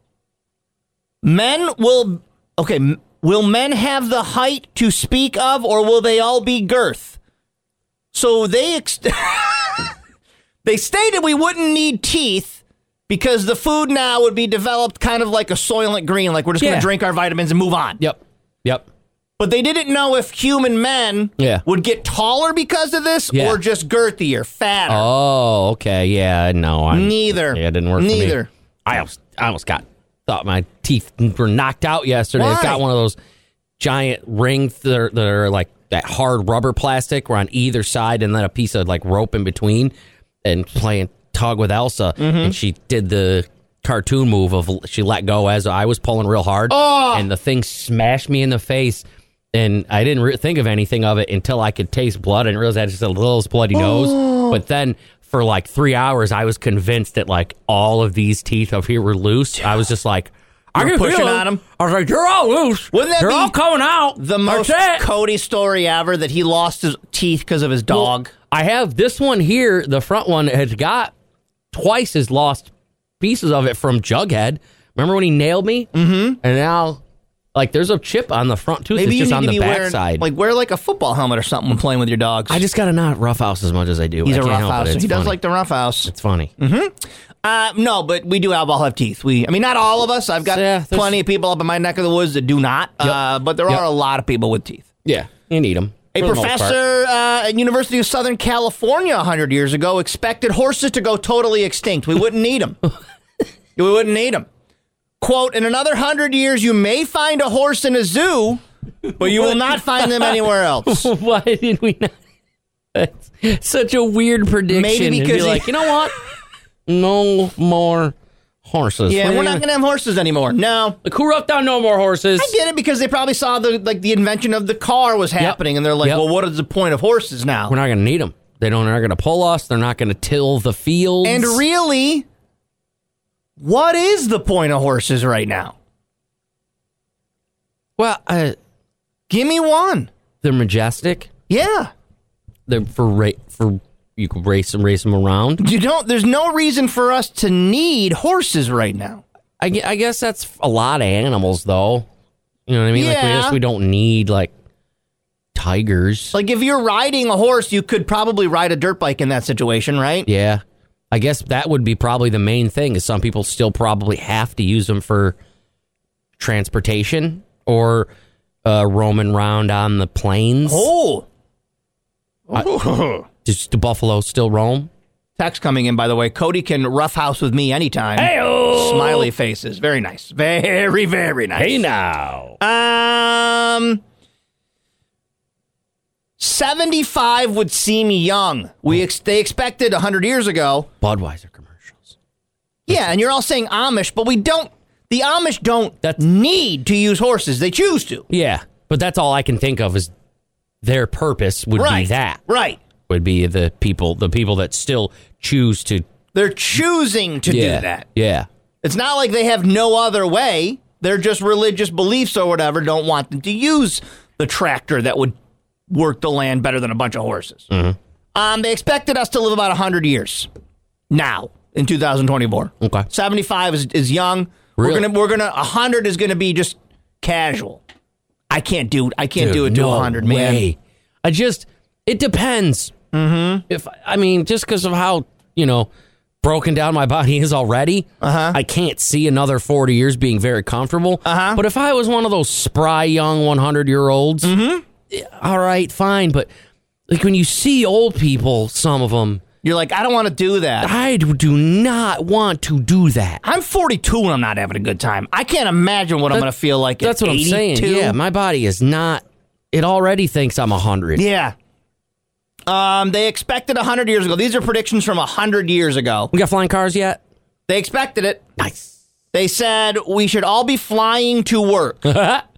[SPEAKER 1] Men will, okay, m- will men have the height to speak of, or will they all be girth? So they ex- they stated we wouldn't need teeth because the food now would be developed kind of like a soylent green, like we're just
[SPEAKER 2] Yeah.
[SPEAKER 1] going to drink our vitamins and move on.
[SPEAKER 2] Yep. Yep.
[SPEAKER 1] But they didn't know if human men
[SPEAKER 2] Yeah.
[SPEAKER 1] would get taller because of this
[SPEAKER 2] Yeah.
[SPEAKER 1] or just girthier, fatter.
[SPEAKER 2] Oh, okay. Yeah, no. I'm,
[SPEAKER 1] Neither.
[SPEAKER 2] Yeah, it didn't work for me.
[SPEAKER 1] Neither.
[SPEAKER 2] I almost, I almost got, thought my teeth were knocked out yesterday. I
[SPEAKER 1] Why?
[SPEAKER 2] got one of those giant rings that are, that are like that hard rubber plastic were on either side and then a piece of like rope in between and playing tug with Elsa.
[SPEAKER 1] Mm-hmm.
[SPEAKER 2] And she did the cartoon move of she let go as I was pulling real hard
[SPEAKER 1] Oh!
[SPEAKER 2] and the thing smashed me in the face. And I didn't re- think of anything of it until I could taste blood and realized I had just a little bloody
[SPEAKER 1] Oh!
[SPEAKER 2] nose. But then for like three hours, I was convinced that like all of these teeth up here were loose. I was just like, I
[SPEAKER 1] You're
[SPEAKER 2] can
[SPEAKER 1] pushing
[SPEAKER 2] feel
[SPEAKER 1] on 'em?
[SPEAKER 2] I was like, "You're all loose.
[SPEAKER 1] Wouldn't that
[SPEAKER 2] They're
[SPEAKER 1] be
[SPEAKER 2] all coming out."
[SPEAKER 1] The most
[SPEAKER 2] That's it."
[SPEAKER 1] Cody story ever that he lost his teeth because of his dog.
[SPEAKER 2] I have this one here. The front one has got twice as lost pieces of it from Jughead. Remember when he nailed me? Mm-hmm. And now, like, there's a chip on the front tooth.
[SPEAKER 1] Maybe
[SPEAKER 2] it's
[SPEAKER 1] you
[SPEAKER 2] just
[SPEAKER 1] need
[SPEAKER 2] on
[SPEAKER 1] to
[SPEAKER 2] the
[SPEAKER 1] be wearing,
[SPEAKER 2] backside.
[SPEAKER 1] like wear like a football helmet or something when playing with your dogs.
[SPEAKER 2] I just gotta not rough house as much as I do.
[SPEAKER 1] he's
[SPEAKER 2] I
[SPEAKER 1] a
[SPEAKER 2] can't
[SPEAKER 1] rough
[SPEAKER 2] help it.
[SPEAKER 1] house.
[SPEAKER 2] It's
[SPEAKER 1] He does
[SPEAKER 2] funny.
[SPEAKER 1] like Mm-hmm. the rough house.
[SPEAKER 2] It's funny.
[SPEAKER 1] Uh, no, but we do have all have teeth. We, I mean, not all of us. I've got
[SPEAKER 2] Yeah, there's-
[SPEAKER 1] plenty of people up in my neck of the woods that do not. Uh, but there
[SPEAKER 2] Yep.
[SPEAKER 1] are a lot of people with teeth.
[SPEAKER 2] Yeah, you need them.
[SPEAKER 1] A professor uh, at University of Southern California 100 years ago expected horses to go totally extinct. We wouldn't need them. we wouldn't need them. Quote, in another 100 years, you may find a horse in a zoo, but you will not find them anywhere else.
[SPEAKER 2] Why did we not? That's such a weird prediction. It'd be
[SPEAKER 1] because he-
[SPEAKER 2] like, you know what? No more horses.
[SPEAKER 1] Yeah, we're not going to have horses anymore. No.
[SPEAKER 2] Like, who wrote down no more horses?
[SPEAKER 1] I get it because they probably saw the like the invention of the car was happening and they're like,
[SPEAKER 2] Yep.
[SPEAKER 1] well, what is the point of horses now?
[SPEAKER 2] We're not going to need them. They don't are going to pull us. They're not going to till the fields.
[SPEAKER 1] And really, what is the point of horses right now?
[SPEAKER 2] well, uh,
[SPEAKER 1] Give me one.
[SPEAKER 2] they're majestic.
[SPEAKER 1] Yeah.
[SPEAKER 2] They're for ra- for you can race and race them around.
[SPEAKER 1] You don't. There's no reason for us to need horses right now.
[SPEAKER 2] I, gue- I guess that's a lot of animals, though. You know what I mean? Like, we
[SPEAKER 1] Yeah.
[SPEAKER 2] guess we don't need like tigers.
[SPEAKER 1] Like if you're riding a horse, you could probably ride a dirt bike in that situation, right?
[SPEAKER 2] yeah, I guess that would be probably the main thing. Is some people still probably have to use them for transportation or uh, roaming around on the plains?
[SPEAKER 1] Oh.
[SPEAKER 2] Does the buffalo still roam?
[SPEAKER 1] Text coming in, by the way. Cody can roughhouse with me anytime. Hey, Smiley faces. Very nice. Very, very nice. Hey,
[SPEAKER 2] now.
[SPEAKER 1] Um, 75 would seem young. We ex- They expected 100 years ago.
[SPEAKER 2] Budweiser commercials.
[SPEAKER 1] Yeah, and you're all saying Amish, but we don't. The Amish don't
[SPEAKER 2] That's-
[SPEAKER 1] need to use horses. They choose to.
[SPEAKER 2] Yeah, but that's all I can think of is their purpose would
[SPEAKER 1] right.
[SPEAKER 2] be that
[SPEAKER 1] Right.
[SPEAKER 2] would be the people the people that still choose to
[SPEAKER 1] They're choosing to
[SPEAKER 2] yeah,
[SPEAKER 1] do that.
[SPEAKER 2] Yeah,
[SPEAKER 1] It's not like they have no other way. They're just religious beliefs or whatever don't want them to use the tractor that would work the land better than a bunch of horses.
[SPEAKER 2] Mm-hmm.
[SPEAKER 1] Um, they expected us to live about 100 years now in 2024.
[SPEAKER 2] Okay.
[SPEAKER 1] 75 is, is young. We're
[SPEAKER 2] Really?
[SPEAKER 1] going to, we're going to, 100 is going to be just casual. I can't do, I can't do it
[SPEAKER 2] Dude,
[SPEAKER 1] to
[SPEAKER 2] no
[SPEAKER 1] 100, man.
[SPEAKER 2] way. I just it depends. Mm-hmm. If I mean, just because of how you know broken down my body is already, uh-huh. I can't see another forty years being very comfortable. Uh-huh. But if I was one of those spry young one hundred year olds,
[SPEAKER 1] Mm-hmm.
[SPEAKER 2] all right, fine. But like when you see old people, some of them.
[SPEAKER 1] You're like, I don't want to do that.
[SPEAKER 2] I do not want to do that.
[SPEAKER 1] I'm 42 and I'm not having a good time. I can't imagine what I'm
[SPEAKER 2] That-
[SPEAKER 1] going to feel like.
[SPEAKER 2] That's
[SPEAKER 1] at
[SPEAKER 2] what
[SPEAKER 1] 82.
[SPEAKER 2] I'm saying. Yeah, my body is not. It already thinks I'm a hundred.
[SPEAKER 1] Yeah. Um, they expected 100 years ago. These are predictions from 100 years ago.
[SPEAKER 2] We got flying cars yet?
[SPEAKER 1] They expected it.
[SPEAKER 2] Nice.
[SPEAKER 1] They said we should all be flying to work.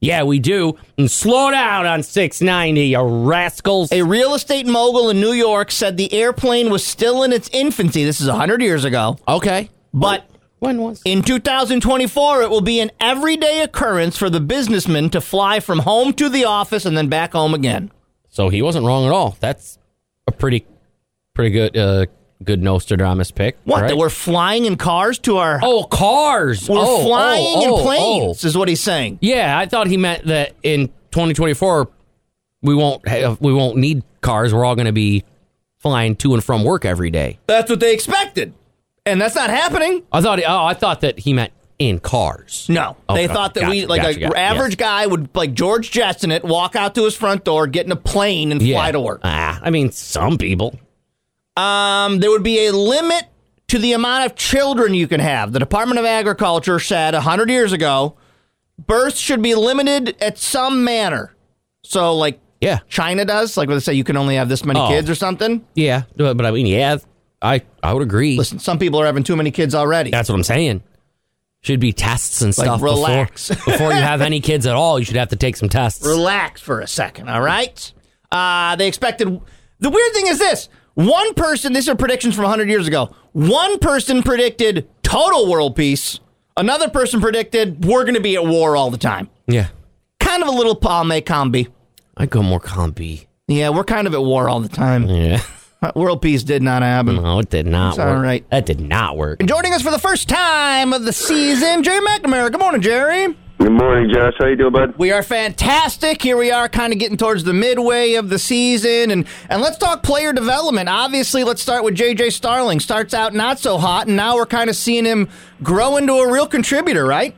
[SPEAKER 2] Yeah, we do. And slow down on 690, you rascals.
[SPEAKER 1] A real estate mogul in New York said the airplane was still in its infancy. This is 100 years ago.
[SPEAKER 2] Okay.
[SPEAKER 1] But
[SPEAKER 2] When was
[SPEAKER 1] In 2024, it will be an everyday occurrence for the businessman to fly from home to the office and then back home again.
[SPEAKER 2] So he wasn't wrong at all. That's a pretty, pretty good, uh, good Nostradamus pick.
[SPEAKER 1] What?
[SPEAKER 2] right?
[SPEAKER 1] That we're flying in cars to our.
[SPEAKER 2] oh cars.
[SPEAKER 1] we're
[SPEAKER 2] Oh,
[SPEAKER 1] flying
[SPEAKER 2] oh, oh,
[SPEAKER 1] in planes,
[SPEAKER 2] oh.
[SPEAKER 1] is what he's saying.
[SPEAKER 2] Yeah, I thought he meant that in 2024 we won't have, we won't need cars. We're all going to be flying to and from work every day.
[SPEAKER 1] That's what they expected. And that's not happening.
[SPEAKER 2] I thought. Oh, I thought that he meant in cars.
[SPEAKER 1] No,
[SPEAKER 2] Okay,
[SPEAKER 1] they thought that we
[SPEAKER 2] gotcha,
[SPEAKER 1] like
[SPEAKER 2] gotcha,
[SPEAKER 1] an
[SPEAKER 2] gotcha,
[SPEAKER 1] average
[SPEAKER 2] yes.
[SPEAKER 1] guy would like George Jetson it, walk out to his front door, get in a plane, and
[SPEAKER 2] Yeah.
[SPEAKER 1] fly to work.
[SPEAKER 2] Ah, I mean, some people.
[SPEAKER 1] Um, there would be a limit to the amount of children you can have. The Department of Agriculture said hundred years ago, births should be limited at some manner. So like
[SPEAKER 2] Yeah.
[SPEAKER 1] China does, like where they say you can only have this many
[SPEAKER 2] Oh.
[SPEAKER 1] kids or something.
[SPEAKER 2] Yeah, but but I mean, yeah, I I would agree.
[SPEAKER 1] Listen, some people are having too many kids already.
[SPEAKER 2] That's what I'm saying. Should be tests and
[SPEAKER 1] Like,
[SPEAKER 2] stuff
[SPEAKER 1] relax.
[SPEAKER 2] before before you have any kids at all. You should have to take some tests.
[SPEAKER 1] relax for a second, all right? Uh, they expected. The weird thing is this one person, these are predictions from 100 years ago. One person predicted total world peace, another person predicted we're going to be at war all the time.
[SPEAKER 2] yeah,
[SPEAKER 1] Kind of a little palme combi.
[SPEAKER 2] I go more compy.
[SPEAKER 1] Yeah, we're kind of at war all the time.
[SPEAKER 2] Yeah,
[SPEAKER 1] Uh,
[SPEAKER 2] Uh-huh.
[SPEAKER 1] World peace did not happen.
[SPEAKER 2] no, it did not
[SPEAKER 1] It's all
[SPEAKER 2] work.
[SPEAKER 1] right.
[SPEAKER 2] That did not work.
[SPEAKER 1] And joining us for the first time of the season, Jerry McNamara. Good morning, Jerry.
[SPEAKER 6] Good morning, Josh. How you doing, bud?
[SPEAKER 1] We are fantastic. Here we are, kind of getting towards the midway of the season, and and let's talk player development. Obviously, let's start with JJ Starling. Starts out not so hot, and now we're kind of seeing him grow into a real contributor, right?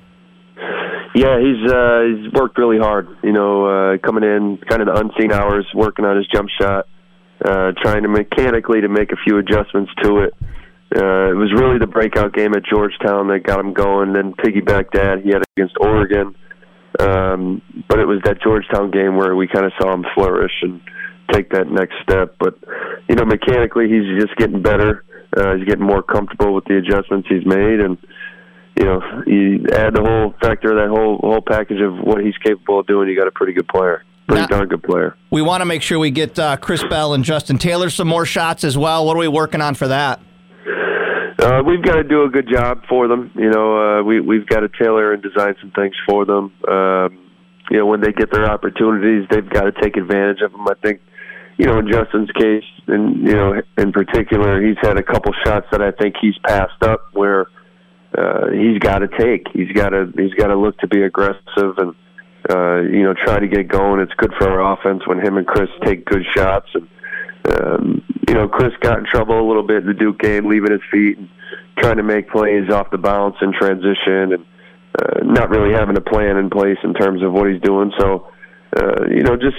[SPEAKER 6] Yeah, he's uh, he's worked really hard. You know, uh, coming in kind of the unseen hours, working on his jump shot, uh, trying to mechanically to make a few adjustments to it. Uh, it was really the breakout game at Georgetown that got him going. Then piggyback that he had it against Oregon, um, but it was that Georgetown game where we kind of saw him flourish and take that next step. But you know, mechanically, he's just getting better. Uh, he's getting more comfortable with the adjustments he's made, and you know, you add the whole factor, that whole whole package of what he's capable of doing, you got a pretty good player, pretty
[SPEAKER 1] Now-
[SPEAKER 6] darn good player.
[SPEAKER 1] We want to make sure we get uh, Chris Bell and Justin Taylor some more shots as well. What are we working on for that?
[SPEAKER 6] Uh, we've got to do a good job for them. You know, uh, we we've got to tailor and design some things for them. Um, you know, when they get their opportunities, they've got to take advantage of them. I think, you know, in Justin's case, and you know, in particular, he's had a couple shots that I think he's passed up where uh, he's got to take. He's got to he's got to look to be aggressive and uh, you know try to get going. It's good for our offense when him and Chris take good shots and um, you know, Chris got in trouble a little bit in the Duke game, leaving his feet and trying to make plays off the bounce and transition and uh, not really having a plan in place in terms of what he's doing. So, uh, you know, just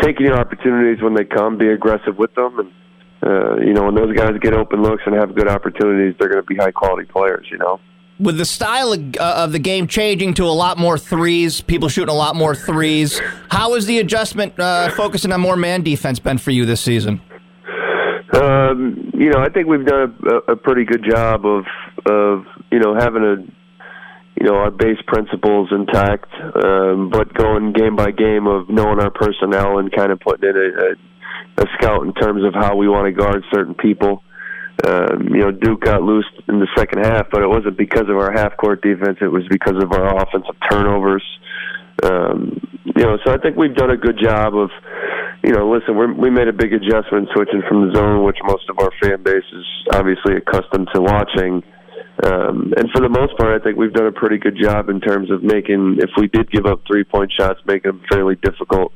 [SPEAKER 6] taking your opportunities when they come, be aggressive with them. And, uh, you know, when those guys get open looks and have good opportunities, they're going to be high quality players, you know.
[SPEAKER 1] With the style of, uh, of the game changing to a lot more threes, people shooting a lot more threes. How is the adjustment uh, focusing on more man defense been for you this season?
[SPEAKER 6] Um, you know, I think we've done a, a pretty good job of of you know having a you know our base principles intact, um, but going game by game of knowing our personnel and kind of putting in a, a, a scout in terms of how we want to guard certain people. Um, you know, Duke got loose in the second half, but it wasn't because of our half court defense. It was because of our offensive turnovers. Um, you know, so I think we've done a good job of, you know, listen, we're, we made a big adjustment switching from the zone, which most of our fan base is obviously accustomed to watching. Um, and for the most part, I think we've done a pretty good job in terms of making, if we did give up three point shots, making them fairly difficult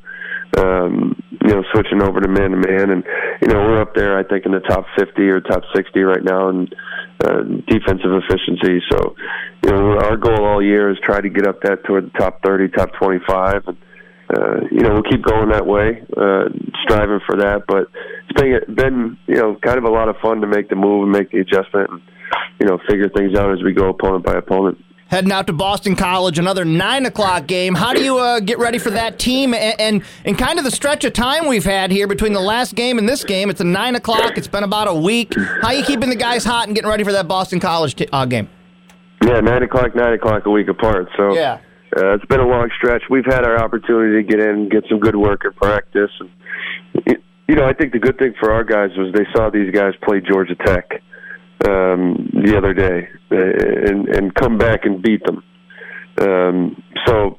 [SPEAKER 6] um, you know, switching over to man to man, and you know, we're up there, I think, in the top 50 or top 60 right now in uh, defensive efficiency. So, you know, our goal all year is try to get up that toward the top 30, top 25, and uh, you know, we'll keep going that way, uh, striving for that. But it's been, been, you know, kind of a lot of fun to make the move and make the adjustment, and you know, figure things out as we go opponent by opponent.
[SPEAKER 1] heading out to Boston College, another nine o'clock game. How do you uh, get ready for that team and, and and kind of the stretch of time we've had here between the last game and this game? It's a nine o'clock. It's been about a week. How you keeping the guys hot and getting ready for that Boston College t- uh, game?
[SPEAKER 6] Yeah, nine o'clock, nine o'clock a week apart. So
[SPEAKER 1] Yeah.
[SPEAKER 6] uh, it's been a long stretch. We've had our opportunity to get in, and get some good work and practice, and you- you know I think the good thing for our guys was they saw these guys play Georgia Tech. um, the other day uh, and and come back and beat them. Um, so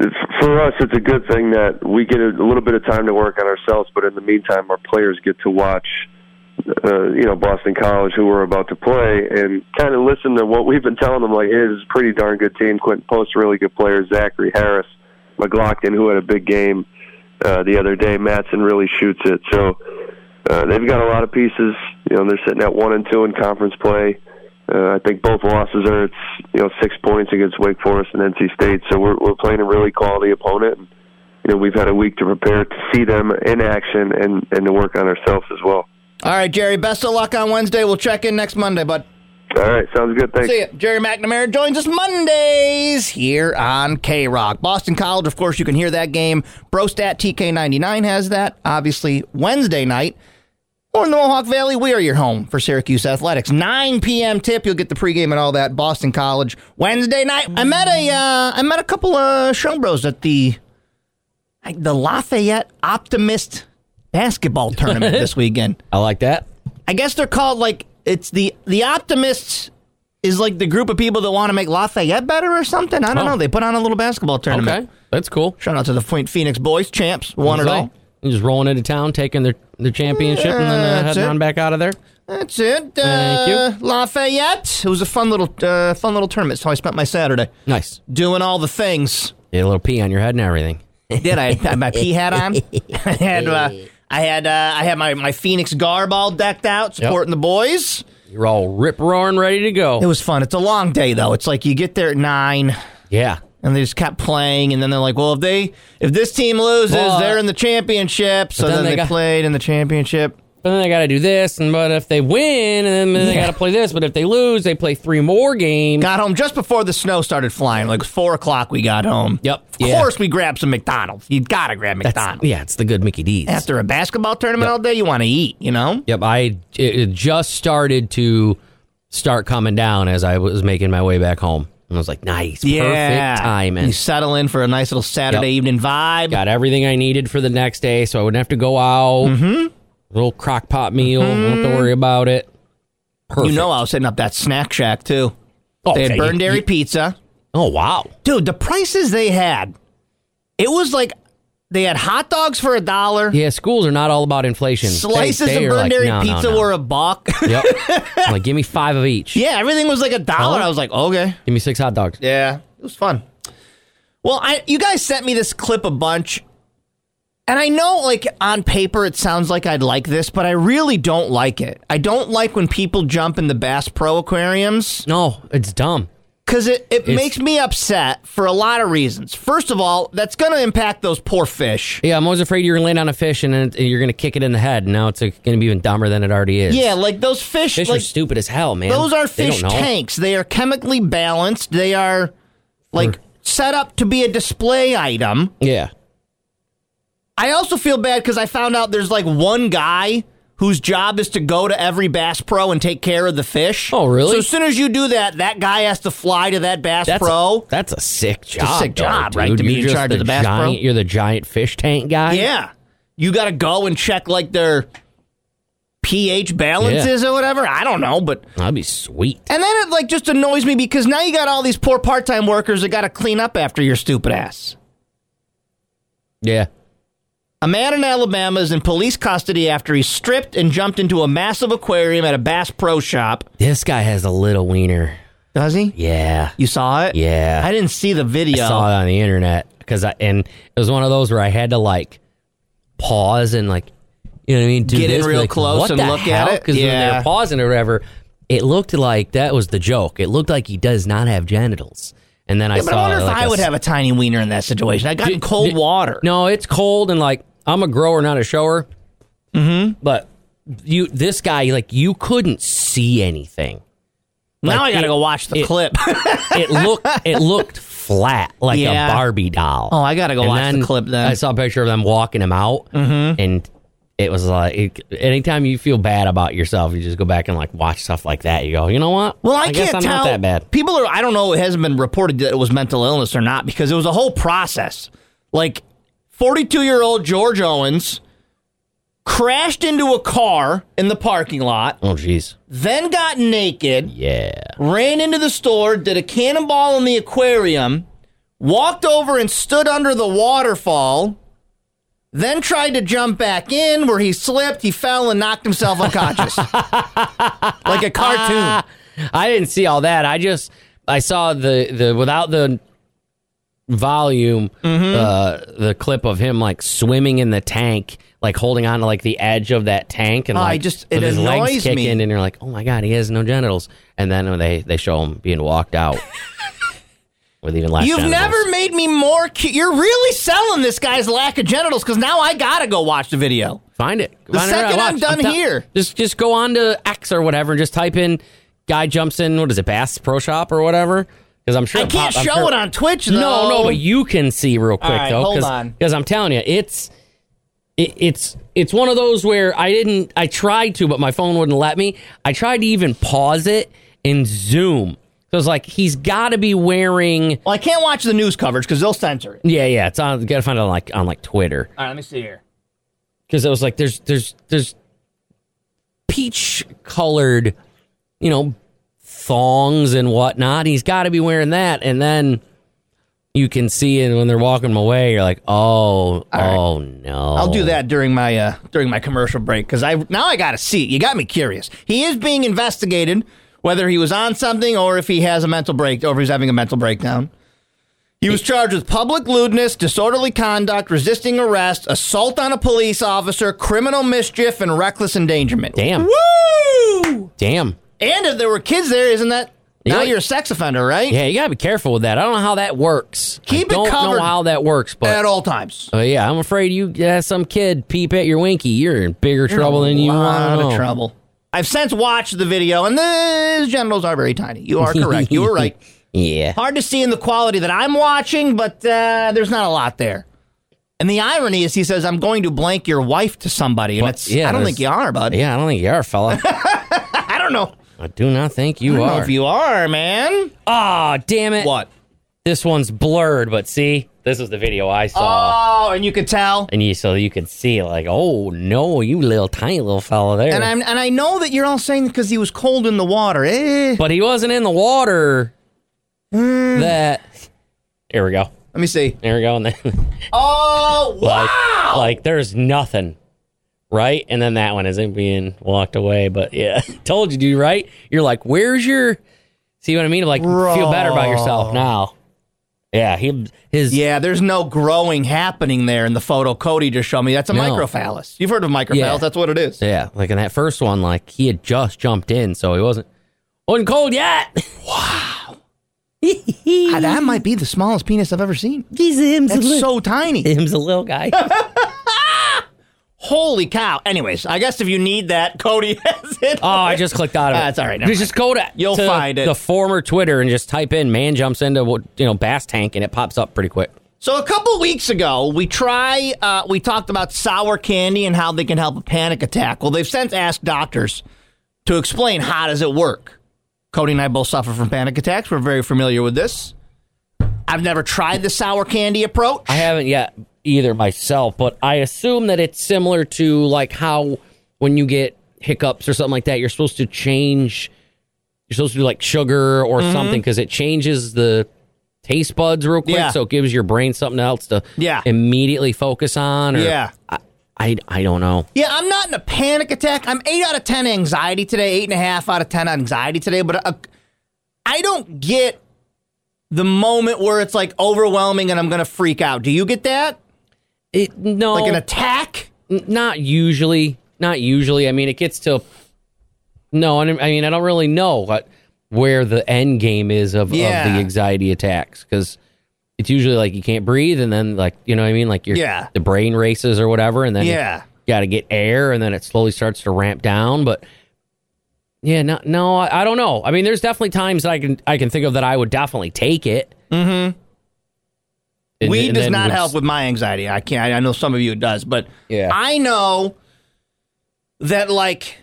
[SPEAKER 6] it's, for us, it's a good thing that we get a little bit of time to work on ourselves, but in the meantime, our players get to watch. Uh, you know Boston College, who we're about to play, and kind of listen to what we've been telling them. Like, hey, this is a pretty darn good team. Quentin Post, really good players. Zachary Harris, McLaughlin, who had a big game uh, the other day. Matson really shoots it. So uh, they've got a lot of pieces. You know, they're sitting at one and two in conference play. Uh, I think both losses are it's you know six points against Wake Forest and NC State. So we're we're playing a really quality opponent. And, you know, we've had a week to prepare to see them in action and and to work on ourselves as well.
[SPEAKER 1] All right, Jerry, best of luck on Wednesday. We'll check in next Monday, bud.
[SPEAKER 6] All right, sounds good. Thanks.
[SPEAKER 1] See ya. Jerry McNamara joins us Mondays here on K Rock. Boston College, of course, you can hear that game. Brostat TK99 has that, obviously, Wednesday night. Or in the Mohawk Valley, we are your home for Syracuse Athletics. 9 p.m. tip, you'll get the pregame and all that. Boston College, Wednesday night. I met a, uh, I met a couple of show bros at the, like, the Lafayette Optimist basketball tournament this weekend.
[SPEAKER 2] I like that.
[SPEAKER 1] I guess they're called like it's the the optimists is like the group of people that want to make Lafayette better or something. I don't
[SPEAKER 2] Oh.
[SPEAKER 1] know. They put on a little basketball tournament.
[SPEAKER 2] Okay, that's cool.
[SPEAKER 1] Shout out to the Point Phoenix boys, champs, won it all.
[SPEAKER 2] And just rolling into town, taking their, their championship, and then
[SPEAKER 1] Yeah,
[SPEAKER 2] uh,
[SPEAKER 1] that's
[SPEAKER 2] heading
[SPEAKER 1] it.
[SPEAKER 2] on back out of there.
[SPEAKER 1] That's it.
[SPEAKER 2] Thank
[SPEAKER 1] uh, Lafayette. It was a fun little uh, fun little tournament. So I spent my Saturday
[SPEAKER 2] Nice.
[SPEAKER 1] doing all the things.
[SPEAKER 2] Get a little pee on your head and everything.
[SPEAKER 1] Did I had my pea hat on? I had uh, I had uh, I had my, my Phoenix garb all decked out, supporting the boys.
[SPEAKER 2] You're all rip roaring, ready to
[SPEAKER 1] It
[SPEAKER 2] go.
[SPEAKER 1] was fun. It's a long day though. It's like you get there at nine.
[SPEAKER 2] Yeah.
[SPEAKER 1] and they just kept playing. And then they're like, "Well, if they if this team loses,
[SPEAKER 2] Well,
[SPEAKER 1] they're in the championship." So
[SPEAKER 2] then
[SPEAKER 1] then,
[SPEAKER 2] they
[SPEAKER 1] they,
[SPEAKER 2] got-
[SPEAKER 1] played in the championship.
[SPEAKER 2] But then they got to do this, and but if they win, and then they
[SPEAKER 1] Yeah.
[SPEAKER 2] got to play this. But if they lose, they play three more games.
[SPEAKER 1] Got home just before the snow started flying. Like four o'clock, we got home.
[SPEAKER 2] Yep.
[SPEAKER 1] Of
[SPEAKER 2] Yeah.
[SPEAKER 1] course, we grabbed some McDonald's. You gotta grab McDonald's
[SPEAKER 2] yeah, it's the good Mickey D's.
[SPEAKER 1] after a basketball tournament all day. You want to eat, you know?
[SPEAKER 2] Yep, I it, it just started to start coming down as I was making my way back home, and I was like, nice, perfect timing.
[SPEAKER 1] You settle in for a nice little Saturday
[SPEAKER 2] Yep.
[SPEAKER 1] evening vibe.
[SPEAKER 2] Got everything I needed for the next day, so I wouldn't have to go out. Mm-hmm. Little crock pot meal, don't have to worry about it.
[SPEAKER 1] Mm-hmm.
[SPEAKER 2] Perfect.
[SPEAKER 1] you know, I was hitting up that snack shack too.
[SPEAKER 2] oh,
[SPEAKER 1] They had
[SPEAKER 2] okay,
[SPEAKER 1] Burn
[SPEAKER 2] you-
[SPEAKER 1] Dairy
[SPEAKER 2] you-
[SPEAKER 1] Pizza.
[SPEAKER 2] Oh wow,
[SPEAKER 1] dude the prices they had it was like they had hot dogs for a dollar
[SPEAKER 2] yeah. Schools are not all about inflation. They-
[SPEAKER 1] slices
[SPEAKER 2] they
[SPEAKER 1] of
[SPEAKER 2] are
[SPEAKER 1] burn
[SPEAKER 2] like,
[SPEAKER 1] dairy
[SPEAKER 2] no, no,
[SPEAKER 1] pizza
[SPEAKER 2] no.
[SPEAKER 1] were a buck
[SPEAKER 2] Yep. I'm like, give me five of each.
[SPEAKER 1] yeah everything was like a dollar
[SPEAKER 2] Huh?
[SPEAKER 1] i was like okay
[SPEAKER 2] Give me six hot dogs.
[SPEAKER 1] yeah it was fun well i you guys sent me this clip a bunch and i know like on paper it sounds like i'd like this but i really don't like it i don't like when people jump in the bass pro aquariums
[SPEAKER 2] No, it's dumb.
[SPEAKER 1] because it, it
[SPEAKER 2] It's-
[SPEAKER 1] makes me upset for a lot of reasons first of all that's going to impact those poor fish
[SPEAKER 2] Yeah, I'm always afraid you're gonna land on a fish and, then you're gonna kick it in the head. and Now it's like, gonna be even dumber than it already is.
[SPEAKER 1] Yeah, like those fish.
[SPEAKER 2] fish
[SPEAKER 1] like,
[SPEAKER 2] are stupid as hell, man.
[SPEAKER 1] Those are
[SPEAKER 2] They don't
[SPEAKER 1] fish
[SPEAKER 2] know.
[SPEAKER 1] tanks. They are chemically balanced. They are like
[SPEAKER 2] Sure.
[SPEAKER 1] set up to be a display item.
[SPEAKER 2] Yeah,
[SPEAKER 1] I also feel bad because I found out there's like one guy whose job is to go to every Bass Pro and take care of the fish.
[SPEAKER 2] Oh, really?
[SPEAKER 1] So as soon as you do that, that guy has to fly to that Bass
[SPEAKER 2] that's
[SPEAKER 1] Pro.
[SPEAKER 2] that's a sick job.
[SPEAKER 1] sick
[SPEAKER 2] though,
[SPEAKER 1] job, right,
[SPEAKER 2] dude.
[SPEAKER 1] to be
[SPEAKER 2] You're
[SPEAKER 1] in
[SPEAKER 2] just
[SPEAKER 1] charge of the Bass Pro?
[SPEAKER 2] giant, You're the giant fish tank guy.
[SPEAKER 1] yeah, you got to go and check like their pH balances or whatever. I don't know, but
[SPEAKER 2] that'd be sweet.
[SPEAKER 1] And then it like just annoys me because now you got all these poor part-time workers that got to clean up after your stupid ass.
[SPEAKER 2] Yeah,
[SPEAKER 1] A man in Alabama is in police custody after he stripped and jumped into a massive aquarium at a Bass Pro Shop.
[SPEAKER 2] this guy has a little wiener.
[SPEAKER 1] Does he?
[SPEAKER 2] Yeah,
[SPEAKER 1] You saw it?
[SPEAKER 2] Yeah.
[SPEAKER 1] I didn't see the video.
[SPEAKER 2] I saw it on the internet because I and it was one of those where I had to like pause and like you know what I mean. Do
[SPEAKER 1] Get in
[SPEAKER 2] this, be
[SPEAKER 1] real
[SPEAKER 2] like,
[SPEAKER 1] close
[SPEAKER 2] what
[SPEAKER 1] and
[SPEAKER 2] the
[SPEAKER 1] look at
[SPEAKER 2] hell?
[SPEAKER 1] it?
[SPEAKER 2] because when they
[SPEAKER 1] Yeah.
[SPEAKER 2] were pausing or whatever, it looked like that was the joke. It looked like he does not have genitals. And then I
[SPEAKER 1] Yeah,
[SPEAKER 2] saw.
[SPEAKER 1] but I wonder
[SPEAKER 2] like,
[SPEAKER 1] if I
[SPEAKER 2] a
[SPEAKER 1] would have a tiny wiener in that situation. I got in cold
[SPEAKER 2] d-
[SPEAKER 1] water.
[SPEAKER 2] No, it's cold and like I'm a grower, not a shower. Mm-hmm. But you, this guy, like you couldn't see anything.
[SPEAKER 1] now
[SPEAKER 2] like,
[SPEAKER 1] I got to
[SPEAKER 2] it-
[SPEAKER 1] go watch the
[SPEAKER 2] it-
[SPEAKER 1] clip.
[SPEAKER 2] It looked, it looked flat like
[SPEAKER 1] Yeah.
[SPEAKER 2] a Barbie doll.
[SPEAKER 1] Oh, I gotta go
[SPEAKER 2] And
[SPEAKER 1] watch the clip then. Mm-hmm.
[SPEAKER 2] I saw a picture of them walking him out, and it was like, it, anytime you feel bad about yourself, you just go back and like watch stuff like that. You go, you know what?
[SPEAKER 1] Well, I, can't
[SPEAKER 2] guess I'm
[SPEAKER 1] tell.
[SPEAKER 2] not that bad.
[SPEAKER 1] People are. I don't know. It hasn't been reported that it was mental illness or not because it was a whole process. Like forty-two-year-old George Owens crashed into a car in the parking lot,
[SPEAKER 2] Oh, jeez.
[SPEAKER 1] then got naked,
[SPEAKER 2] Yeah.
[SPEAKER 1] ran into the store, did a cannonball in the aquarium, walked over and stood under the waterfall, then tried to jump back in where he slipped, he fell and knocked himself unconscious. like a
[SPEAKER 2] Ah.
[SPEAKER 1] cartoon.
[SPEAKER 2] I didn't see all that. I just I saw the the without the volume
[SPEAKER 1] Mm-hmm.
[SPEAKER 2] uh, the clip of him like swimming in the tank, like holding on to like the edge of that tank, and
[SPEAKER 1] Oh, I
[SPEAKER 2] like
[SPEAKER 1] just- it
[SPEAKER 2] with his
[SPEAKER 1] annoys
[SPEAKER 2] legs kick
[SPEAKER 1] me.
[SPEAKER 2] in, and you're like, oh my god, he has no genitals, and then when they they show him being walked out with even less.
[SPEAKER 1] You've
[SPEAKER 2] genitals.
[SPEAKER 1] never made me more. Cu- You're really selling this guy's lack of genitals because now I gotta go watch the video.
[SPEAKER 2] Find it.
[SPEAKER 1] The
[SPEAKER 2] Find it around.
[SPEAKER 1] second I'm
[SPEAKER 2] Watch.
[SPEAKER 1] done
[SPEAKER 2] tell-
[SPEAKER 1] here.
[SPEAKER 2] just just go on to X or whatever and just type in guy jumps in what is it Bass Pro Shop or whatever because I'm sure
[SPEAKER 1] I
[SPEAKER 2] it
[SPEAKER 1] can't
[SPEAKER 2] pop- I'm
[SPEAKER 1] show
[SPEAKER 2] sure-
[SPEAKER 1] it on Twitch though.
[SPEAKER 2] No, no, but you can see real quick
[SPEAKER 1] All right,
[SPEAKER 2] though
[SPEAKER 1] hold
[SPEAKER 2] because
[SPEAKER 1] on.
[SPEAKER 2] I'm telling you it's it, it's it's one of those where I didn't I tried to but my phone wouldn't let me. I tried to even pause it and zoom. So it's like he's got to be wearing
[SPEAKER 1] Well, I can't watch the news coverage because they'll censor it.
[SPEAKER 2] yeah yeah it's on got to find it on like on like Twitter.
[SPEAKER 1] All right, let me see here.
[SPEAKER 2] because I was like, there's there's there's peach colored, you know, thongs and whatnot. He's got to be wearing that, and then you can see it when they're walking him away. You're like, oh, oh no,
[SPEAKER 1] I'll do that during my uh, during my commercial break because I now I gotta see. it. You got me curious. He is being investigated whether he was on something or if he has a mental break or if he's having a mental breakdown. He was charged with public lewdness, disorderly conduct, resisting arrest, assault on a police officer, criminal mischief, and reckless endangerment.
[SPEAKER 2] Damn.
[SPEAKER 1] Woo!
[SPEAKER 2] Damn,
[SPEAKER 1] And if there were kids there, isn't that now
[SPEAKER 2] Yeah.
[SPEAKER 1] you're a sex offender, right?
[SPEAKER 2] yeah, you gotta be careful with that. I don't know how that works. I
[SPEAKER 1] Keep it
[SPEAKER 2] don't
[SPEAKER 1] covered
[SPEAKER 2] know how that works, but.
[SPEAKER 1] At all times.
[SPEAKER 2] but yeah, I'm afraid you yeah, some kid peep at your winky. You're in bigger
[SPEAKER 1] You're in
[SPEAKER 2] trouble
[SPEAKER 1] a
[SPEAKER 2] than you
[SPEAKER 1] lot
[SPEAKER 2] want to
[SPEAKER 1] of
[SPEAKER 2] know.
[SPEAKER 1] trouble. I've since watched the video, and the genitals are very tiny. You are correct. you were right.
[SPEAKER 2] Yeah,
[SPEAKER 1] Hard to see in the quality that I'm watching, but uh, there's not a lot there. And the irony is, he says, "I'm going to blank your wife to somebody," and
[SPEAKER 2] Well,
[SPEAKER 1] it's
[SPEAKER 2] yeah,
[SPEAKER 1] I don't
[SPEAKER 2] there's-
[SPEAKER 1] think you are, bud.
[SPEAKER 2] yeah. I don't think you are, fella.
[SPEAKER 1] I don't know.
[SPEAKER 2] I do not think
[SPEAKER 1] I
[SPEAKER 2] you
[SPEAKER 1] don't
[SPEAKER 2] are.
[SPEAKER 1] know if you are, man.
[SPEAKER 2] Ah, damn it.
[SPEAKER 1] What?
[SPEAKER 2] This one's blurred, but see, this is the video I saw.
[SPEAKER 1] Oh, and you could tell.
[SPEAKER 2] and you so you could see like, oh no, you little tiny little fella there.
[SPEAKER 1] And I'm and I know that you're all saying because he was cold in the water. Eh.
[SPEAKER 2] but he wasn't in the water
[SPEAKER 1] Hmm.
[SPEAKER 2] that Here we go.
[SPEAKER 1] Let me see.
[SPEAKER 2] There we go. And then
[SPEAKER 1] Oh,
[SPEAKER 2] like
[SPEAKER 1] wow!
[SPEAKER 2] like there's nothing. Right? And then that one isn't being walked away. But yeah. Told you, dude, right? You're like, where's your see what I mean? Like feel better about yourself now. Yeah, he his
[SPEAKER 1] Yeah, there's no growing happening there in the photo Cody just showed me. That's a
[SPEAKER 2] No.
[SPEAKER 1] microphallus. You've heard of microphallus.
[SPEAKER 2] Yeah.
[SPEAKER 1] That's what it is.
[SPEAKER 2] Yeah, like in that first one, like he had just jumped in, so he wasn't wasn't cold yet.
[SPEAKER 1] Ah, that might be the smallest penis I've ever seen.
[SPEAKER 2] He's him's
[SPEAKER 1] That's so tiny.
[SPEAKER 2] him's a little guy.
[SPEAKER 1] Holy cow. Anyways, I guess if you need that, Cody has it.
[SPEAKER 2] oh, I just clicked out of it.
[SPEAKER 1] That's all right, never
[SPEAKER 2] Just, just go to
[SPEAKER 1] You'll
[SPEAKER 2] to
[SPEAKER 1] find it.
[SPEAKER 2] the former Twitter and just type in "man jumps into what you know bass tank" and it pops up pretty quick.
[SPEAKER 1] So a couple weeks ago, we try uh, we talked about sour candy and how they can help a panic attack. Well, they've since asked doctors to explain how does it work. Cody and I both suffer from panic attacks. We're very familiar with this. I've never tried the sour candy approach.
[SPEAKER 2] I haven't yet either myself, but I assume that it's similar to like how when you get hiccups or something like that, you're supposed to change. You're supposed to do like sugar or
[SPEAKER 1] Mm-hmm.
[SPEAKER 2] something because it changes the taste buds real quick,
[SPEAKER 1] Yeah.
[SPEAKER 2] so it gives your brain something else to
[SPEAKER 1] Yeah.
[SPEAKER 2] immediately focus on. Or,
[SPEAKER 1] Yeah.
[SPEAKER 2] I, I I don't know.
[SPEAKER 1] Yeah, I'm not in a panic attack. I'm eight out of ten anxiety today, eight and a half out of ten anxiety today. But uh, I don't get the moment where it's like overwhelming and I'm gonna freak out. Do you get that?
[SPEAKER 2] It no
[SPEAKER 1] Like an attack?
[SPEAKER 2] N- not usually not usually i mean it gets to no i don't- I mean i don't really know what where the end game is of,
[SPEAKER 1] Yeah.
[SPEAKER 2] of the anxiety attacks because it's usually like you can't breathe and then like you know what i mean like your
[SPEAKER 1] Yeah.
[SPEAKER 2] the brain races or whatever and then
[SPEAKER 1] Yeah.
[SPEAKER 2] you gotta get air and then it slowly starts to ramp down but yeah no no i, I don't know i mean there's definitely times that i can i can think of that i would definitely take it mm-hmm
[SPEAKER 1] Weed does not help with my anxiety. I can't. I- I know some of you it does, but
[SPEAKER 2] Yeah.
[SPEAKER 1] I know that like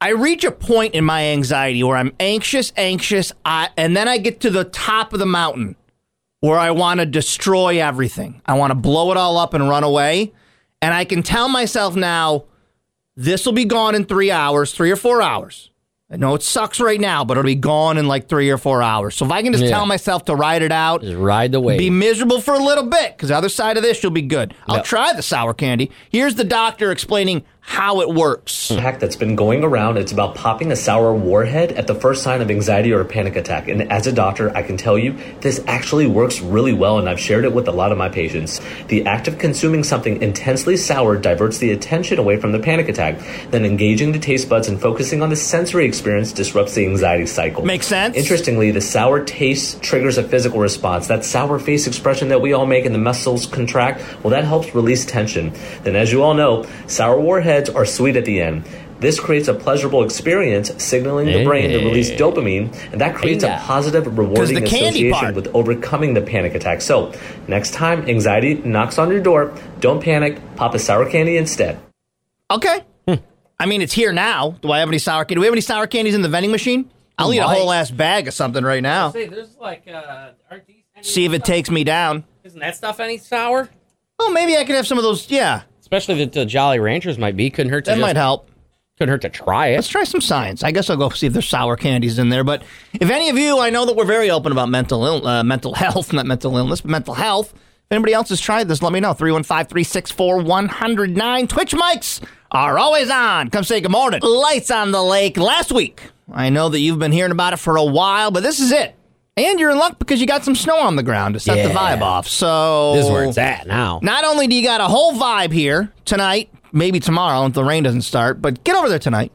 [SPEAKER 1] I reach a point in my anxiety where I'm anxious, anxious, I, and then I get to the top of the mountain where I want to destroy everything. I want to blow it all up and run away, and I can tell myself now This will be gone in three hours, three or four hours. I know it sucks right now, but it'll be gone in like three or four hours. So if I can just
[SPEAKER 2] Yeah.
[SPEAKER 1] tell myself to ride it out,
[SPEAKER 2] Just ride the wave.
[SPEAKER 1] be miserable for a little bit because the other side of this you'll be good i'll try the sour candy here's the doctor explaining how it works
[SPEAKER 7] hack that's been going around. It's about popping a sour warhead at the first sign of anxiety or a panic attack. And as a doctor, I can tell you this actually works really well, and I've shared it with a lot of my patients. The act of consuming something intensely sour diverts the attention away from the panic attack. Then engaging the taste buds and focusing on the sensory experience disrupts the anxiety cycle.
[SPEAKER 1] Makes sense.
[SPEAKER 7] Interestingly, the sour taste triggers a physical response. That sour face expression that we all make and the muscles contract, well, that helps release tension. Then, as you all know, sour warheads are sweet at the end. This creates a pleasurable experience, signaling the brain to release
[SPEAKER 2] Hey.
[SPEAKER 7] dopamine, and that creates
[SPEAKER 2] Yeah.
[SPEAKER 7] a positive, rewarding
[SPEAKER 1] candy
[SPEAKER 7] association
[SPEAKER 1] part.
[SPEAKER 7] with overcoming the panic attack. So, next time anxiety knocks on your door, don't panic, pop a sour candy instead.
[SPEAKER 1] okay i mean it's here now do i have any sour candy do we have any sour candies in the vending machine i'll eat a
[SPEAKER 2] Right.
[SPEAKER 1] whole ass bag of something right now
[SPEAKER 2] there's like, uh, are these any
[SPEAKER 1] see if it takes me down
[SPEAKER 2] Isn't that stuff any sour?
[SPEAKER 1] oh maybe i could have some of those yeah
[SPEAKER 2] Especially the, the Jolly Ranchers might be. Couldn't hurt to
[SPEAKER 1] that
[SPEAKER 2] just-
[SPEAKER 1] might help
[SPEAKER 2] Couldn't hurt to try it.
[SPEAKER 1] Let's try some science. I guess I'll go see if there's sour candies in there. But if any of you, I know that we're very open about mental Ill- uh, mental health, not mental illness, but mental health. If anybody else has tried this, let me know. 315 364 109. Twitch mics are always on. Come say good morning. Lights on the lake last week. I know that you've been hearing about it for a while, but this is it. And you're in luck because you got some snow on the ground to set the
[SPEAKER 2] Yeah.
[SPEAKER 1] vibe off. So
[SPEAKER 2] This is where it's at now.
[SPEAKER 1] not only do you got a whole vibe here tonight, maybe tomorrow if the rain doesn't start, but get over there tonight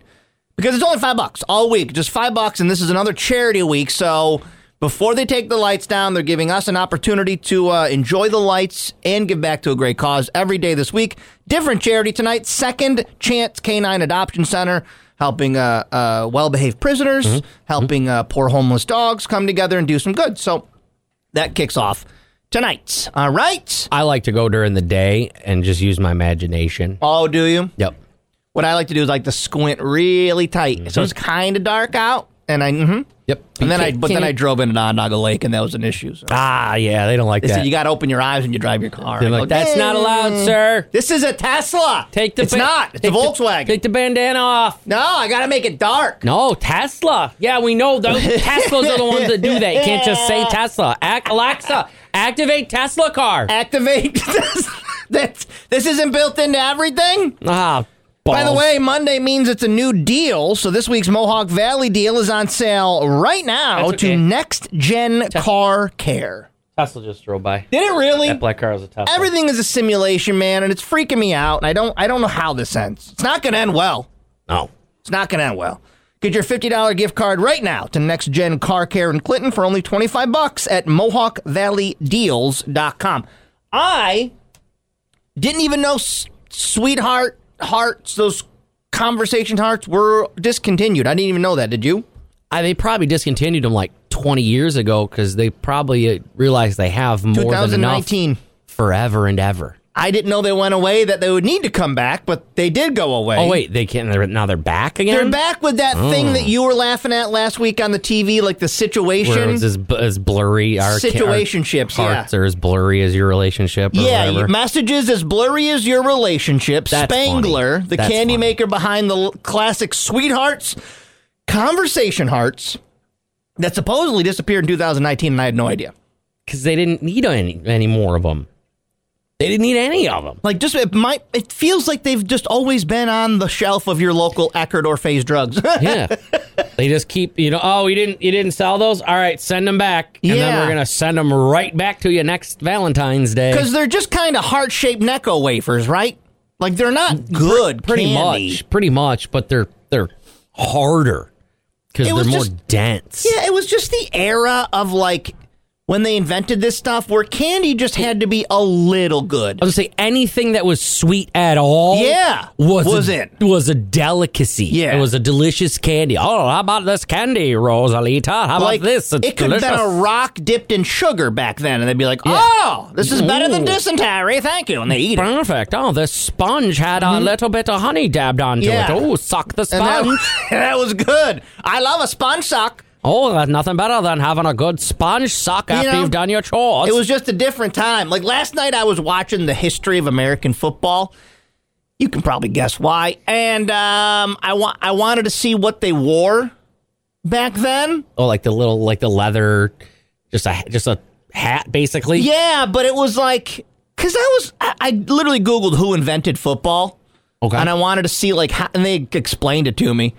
[SPEAKER 1] because it's only five bucks all week, just five bucks, and this is another charity week. So before they take the lights down, they're giving us an opportunity to uh, enjoy the lights and give back to a great cause every day this week. Different charity tonight, Second Chance Canine Adoption Center. Helping uh, uh, well behaved prisoners, helping uh, poor homeless dogs come together and do some good. So that kicks off tonight. All right.
[SPEAKER 2] I like to go during the day and just use my imagination.
[SPEAKER 1] Oh, do you?
[SPEAKER 2] Yep.
[SPEAKER 1] What I like to do is like to squint really tight, so it's
[SPEAKER 2] Mm-hmm.
[SPEAKER 1] kind of dark out, and I mhm.
[SPEAKER 2] Yep.
[SPEAKER 1] and then I but then I drove into Onondaga Lake, and that was an issue. So.
[SPEAKER 2] Ah, yeah, they don't like
[SPEAKER 1] They
[SPEAKER 2] that.
[SPEAKER 1] said you got to open your eyes when you drive your car.
[SPEAKER 2] They're
[SPEAKER 1] I
[SPEAKER 2] like,
[SPEAKER 1] go,
[SPEAKER 2] that's not allowed,
[SPEAKER 1] "Dang."
[SPEAKER 2] sir.
[SPEAKER 1] This is a Tesla.
[SPEAKER 2] Take the
[SPEAKER 1] It's
[SPEAKER 2] ba-
[SPEAKER 1] not. It's a
[SPEAKER 2] take the-
[SPEAKER 1] Volkswagen.
[SPEAKER 2] take the bandana off.
[SPEAKER 1] no, I got to make it dark.
[SPEAKER 2] No, Tesla. Yeah, we know those Teslas are the ones that do that. You can't just say Tesla. Act, Alexa, activate Tesla car.
[SPEAKER 1] Activate. That's this isn't built into everything.
[SPEAKER 2] Ah,
[SPEAKER 1] By the
[SPEAKER 2] balls.
[SPEAKER 1] way, Monday means it's a new deal. So this week's Mohawk Valley deal is on sale right now
[SPEAKER 2] That's okay.
[SPEAKER 1] to Next Gen Car Care.
[SPEAKER 2] Tesla just drove by.
[SPEAKER 1] Did it really?
[SPEAKER 2] That black car was a Tesla.
[SPEAKER 1] Everything is a simulation, man, and it's freaking me out. And I don't, I don't know how this ends. It's not going to end well.
[SPEAKER 2] No.
[SPEAKER 1] It's not going to end well. Get your $50 gift card right now to Next Gen Car Care in Clinton for only 25 bucks at mohawkvalleydeals.com. I didn't even know s- sweetheart hearts, those conversation hearts were discontinued. I didn't even know that. Did you?
[SPEAKER 2] I, they probably discontinued them like 20 years ago because they probably uh, realized they have more than enough
[SPEAKER 1] 2019.
[SPEAKER 2] forever and ever.
[SPEAKER 1] I didn't know they went away, that they would need to come back, but they did go away.
[SPEAKER 2] Oh wait, they can't. They're, now they're back again.
[SPEAKER 1] They're back with that thing that you were laughing at last week on the TV, like the
[SPEAKER 2] Mm. Where
[SPEAKER 1] situation.
[SPEAKER 2] it's as, bu- as blurry. Our ca- our
[SPEAKER 1] Situationships, yeah.
[SPEAKER 2] hearts are as blurry as your relationship. Or
[SPEAKER 1] yeah,
[SPEAKER 2] whatever.
[SPEAKER 1] you- messages as blurry as your relationship.
[SPEAKER 2] That's
[SPEAKER 1] Spangler,
[SPEAKER 2] funny.
[SPEAKER 1] the
[SPEAKER 2] That's
[SPEAKER 1] candy
[SPEAKER 2] funny.
[SPEAKER 1] maker behind the l- classic Sweethearts, Conversation Hearts, that supposedly disappeared in 2019, and I had no idea.
[SPEAKER 2] because they didn't need any any more of them. They didn't need any of them.
[SPEAKER 1] Like, just it might. It feels like they've just always been on the shelf of your local Eckerd or Phase Drugs.
[SPEAKER 2] Yeah, they just keep you know. Oh, you didn't you didn't sell those? All right, send them back, and then
[SPEAKER 1] Yeah.
[SPEAKER 2] we're gonna send them right back to you next Valentine's Day.
[SPEAKER 1] Because they're just kind of heart shaped Necco wafers, right? Like they're not good.
[SPEAKER 2] pretty
[SPEAKER 1] candy.
[SPEAKER 2] much, pretty much, but they're they're harder because
[SPEAKER 1] It
[SPEAKER 2] they're
[SPEAKER 1] was
[SPEAKER 2] more
[SPEAKER 1] just-
[SPEAKER 2] dense.
[SPEAKER 1] Yeah, it was just the era of like when they invented this stuff where candy just had to be a little good.
[SPEAKER 2] I was gonna say anything that was sweet at all.
[SPEAKER 1] Yeah,
[SPEAKER 2] was a,
[SPEAKER 1] wasn't.
[SPEAKER 2] was a delicacy.
[SPEAKER 1] Yeah.
[SPEAKER 2] it was a delicious candy. Oh, how about this candy, Rosalita? How
[SPEAKER 1] Like
[SPEAKER 2] about this? It's
[SPEAKER 1] it could have been a
[SPEAKER 2] delicious.
[SPEAKER 1] rock dipped in sugar back then, and they'd be like,
[SPEAKER 2] Yeah.
[SPEAKER 1] "Oh, this is better than
[SPEAKER 2] Ooh.
[SPEAKER 1] dysentery, thank you," and they eat it.
[SPEAKER 2] Perfect. Oh, the sponge had a little bit of honey dabbed onto
[SPEAKER 1] Mm-hmm. Yeah.
[SPEAKER 2] it. Oh, suck the
[SPEAKER 1] And that,
[SPEAKER 2] sponge.
[SPEAKER 1] that was good. I love a sponge sock.
[SPEAKER 2] oh, that's nothing better than having a good sponge sock
[SPEAKER 1] You
[SPEAKER 2] after you
[SPEAKER 1] know,
[SPEAKER 2] have done your chores.
[SPEAKER 1] It was just a different time. Like last night, I was watching the history of American football. You can probably guess why. And um, I want I wanted to see what they wore back then.
[SPEAKER 2] Oh, like the little, like the leather, just a just a hat, basically.
[SPEAKER 1] Yeah, but it was like because I was I, I literally Googled who invented football.
[SPEAKER 2] Okay.
[SPEAKER 1] And I wanted to see like how, and they explained it to me.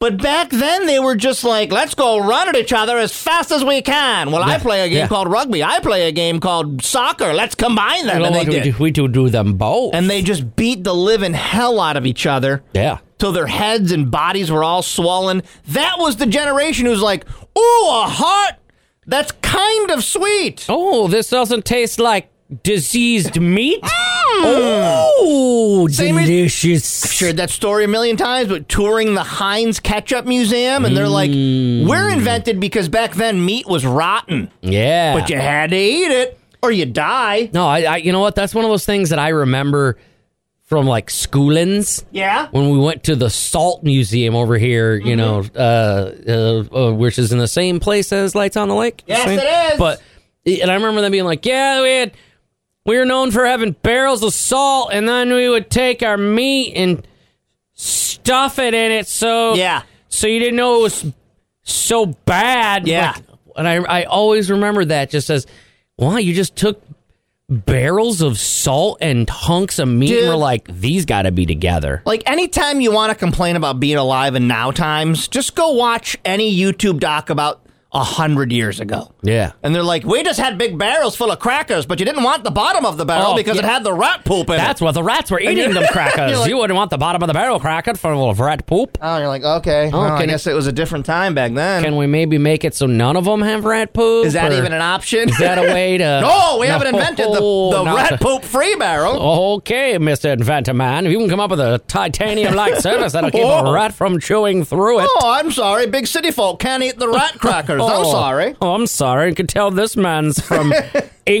[SPEAKER 1] But back then they were just like, let's go run at each other as fast as we can. Well, I
[SPEAKER 2] Yeah,
[SPEAKER 1] play a game
[SPEAKER 2] yeah.
[SPEAKER 1] called rugby. I play a game called soccer. Let's combine them.
[SPEAKER 2] You know
[SPEAKER 1] and they
[SPEAKER 2] what we
[SPEAKER 1] did.
[SPEAKER 2] do, we do do them both.
[SPEAKER 1] And they just beat the living hell out of each other
[SPEAKER 2] yeah.
[SPEAKER 1] till their heads and bodies were all swollen. That was the generation who's like, ooh, a heart. That's kind of sweet.
[SPEAKER 2] Oh, this doesn't taste like diseased meat. Mm. Oh,
[SPEAKER 1] Same as-
[SPEAKER 2] delicious.
[SPEAKER 1] I've shared that story a million times, but touring the Heinz Ketchup Museum, and they're like, we're invented because back then meat was rotten,
[SPEAKER 2] Mm. Yeah.
[SPEAKER 1] but you had to eat it or you die.
[SPEAKER 2] No, I, I. You know what? That's one of those things that I remember from like schoolings.
[SPEAKER 1] Yeah.
[SPEAKER 2] When we went to the Salt Museum over here, you
[SPEAKER 1] Mm-hmm.
[SPEAKER 2] know, uh, uh, uh, which is in the same place as Lights on the Lake.
[SPEAKER 1] Yes,
[SPEAKER 2] Same-
[SPEAKER 1] it is.
[SPEAKER 2] But and I remember them being like, "Yeah, we had we were known for having barrels of salt, and then we would take our meat and stuff it in it, so
[SPEAKER 1] Yeah.
[SPEAKER 2] so you didn't know it was so bad.
[SPEAKER 1] Yeah.
[SPEAKER 2] Like, and I, I always remember that just as, wow, you just took barrels of salt and hunks of meat and
[SPEAKER 1] Dude.
[SPEAKER 2] we're like, these got to be together.
[SPEAKER 1] Like anytime you want to complain about being alive in now times, just go watch any YouTube doc about a hundred years ago.
[SPEAKER 2] Yeah.
[SPEAKER 1] And they're like, we just had big barrels full of crackers, but you didn't want the bottom of the barrel
[SPEAKER 2] Oh,
[SPEAKER 1] because it
[SPEAKER 2] yeah.
[SPEAKER 1] had the rat poop in
[SPEAKER 2] That's
[SPEAKER 1] it.
[SPEAKER 2] what the rats were eating them crackers.
[SPEAKER 1] You're like-
[SPEAKER 2] you wouldn't want the bottom of the barrel cracker full of rat poop.
[SPEAKER 1] Oh, you're like, okay.
[SPEAKER 2] Oh,
[SPEAKER 1] well, I
[SPEAKER 2] can it-
[SPEAKER 1] guess it was a different time back then.
[SPEAKER 2] Can we maybe make it so none of them have rat poop?
[SPEAKER 1] is that
[SPEAKER 2] or
[SPEAKER 1] even an option?
[SPEAKER 2] Is that a way to?
[SPEAKER 1] No, we haven't invented the, the
[SPEAKER 2] not
[SPEAKER 1] rat
[SPEAKER 2] the-
[SPEAKER 1] poop free
[SPEAKER 2] Oh.
[SPEAKER 1] barrel.
[SPEAKER 2] Okay, Mr. Inventor Man, if you can come up with a titanium like service that'll keep
[SPEAKER 1] Oh.
[SPEAKER 2] a rat from chewing through it.
[SPEAKER 1] Oh, I'm sorry. Big city folk can't eat the rat crackers. I'm sorry.
[SPEAKER 2] Oh, I'm sorry. You can tell this man's from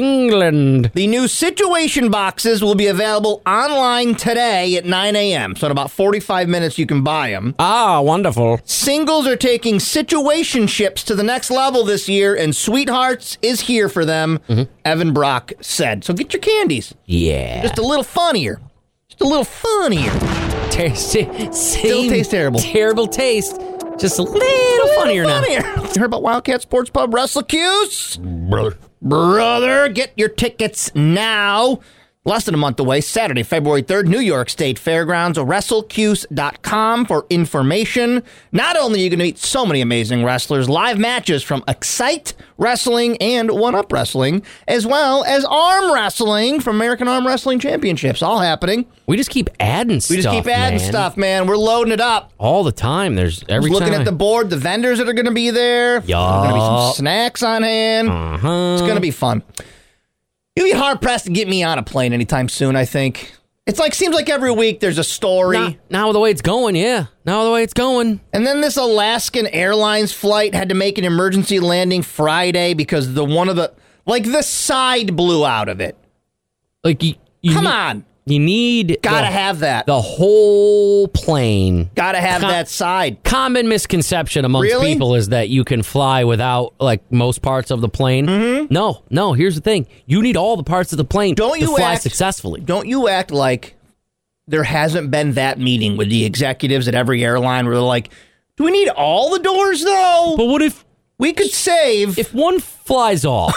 [SPEAKER 2] England.
[SPEAKER 1] The new situation boxes will be available online today at 9 a.m. So in about 45 minutes, you can buy them.
[SPEAKER 2] Ah, wonderful.
[SPEAKER 1] Singles are taking situationships to the next level this year, and Sweethearts is here for them,
[SPEAKER 2] Mm-hmm.
[SPEAKER 1] Evan Brock said. So get your candies.
[SPEAKER 2] Yeah.
[SPEAKER 1] Just a little funnier. Just a little funnier.
[SPEAKER 2] tasty. Still
[SPEAKER 1] tastes terrible.
[SPEAKER 2] Terrible taste. Just a little funnier now.
[SPEAKER 1] now. You heard about Wildcat Sports Pub, Russell Cuse? Brother. Brother, get your tickets now. Less than a month away, Saturday, February 3rd, New York State Fairgrounds, wrestlecuse.com for information. Not only are you going to meet so many amazing wrestlers, live matches from Excite Wrestling and One Up Wrestling, as well as arm wrestling from American Arm Wrestling Championships, all happening.
[SPEAKER 2] We just keep adding stuff.
[SPEAKER 1] We just keep adding
[SPEAKER 2] man.
[SPEAKER 1] stuff, man. We're loading it up.
[SPEAKER 2] all the time. There's every
[SPEAKER 1] Just looking
[SPEAKER 2] time.
[SPEAKER 1] at the board, the vendors that are going to be there. There's going to be
[SPEAKER 2] Yeah.
[SPEAKER 1] some snacks on hand. It's
[SPEAKER 2] uh-huh.
[SPEAKER 1] going to be fun. You'd be hard pressed to get me on a plane anytime soon. I think it's like seems like every week there's a story,
[SPEAKER 2] Now, now the way it's going, yeah. Now the way it's going.
[SPEAKER 1] and then this Alaskan Airlines flight had to make an emergency landing Friday because the one of the like the side blew out of it.
[SPEAKER 2] Like you, you
[SPEAKER 1] Come
[SPEAKER 2] ne-
[SPEAKER 1] on,
[SPEAKER 2] You need
[SPEAKER 1] gotta
[SPEAKER 2] Mm-hmm. the,
[SPEAKER 1] have that.
[SPEAKER 2] the whole plane.
[SPEAKER 1] Gotta have
[SPEAKER 2] Con-
[SPEAKER 1] that side.
[SPEAKER 2] Common misconception amongst
[SPEAKER 1] Really?
[SPEAKER 2] people is that you can fly without like most parts of the plane. No, no. Here's the thing: you need all the parts of the plane
[SPEAKER 1] Mm-hmm. Don't
[SPEAKER 2] to
[SPEAKER 1] you
[SPEAKER 2] fly
[SPEAKER 1] act-
[SPEAKER 2] successfully.
[SPEAKER 1] don't you act like there hasn't been that meeting with the executives at every airline where they're like, do we need all the doors though?
[SPEAKER 2] But what if
[SPEAKER 1] we could save
[SPEAKER 2] if one flies off?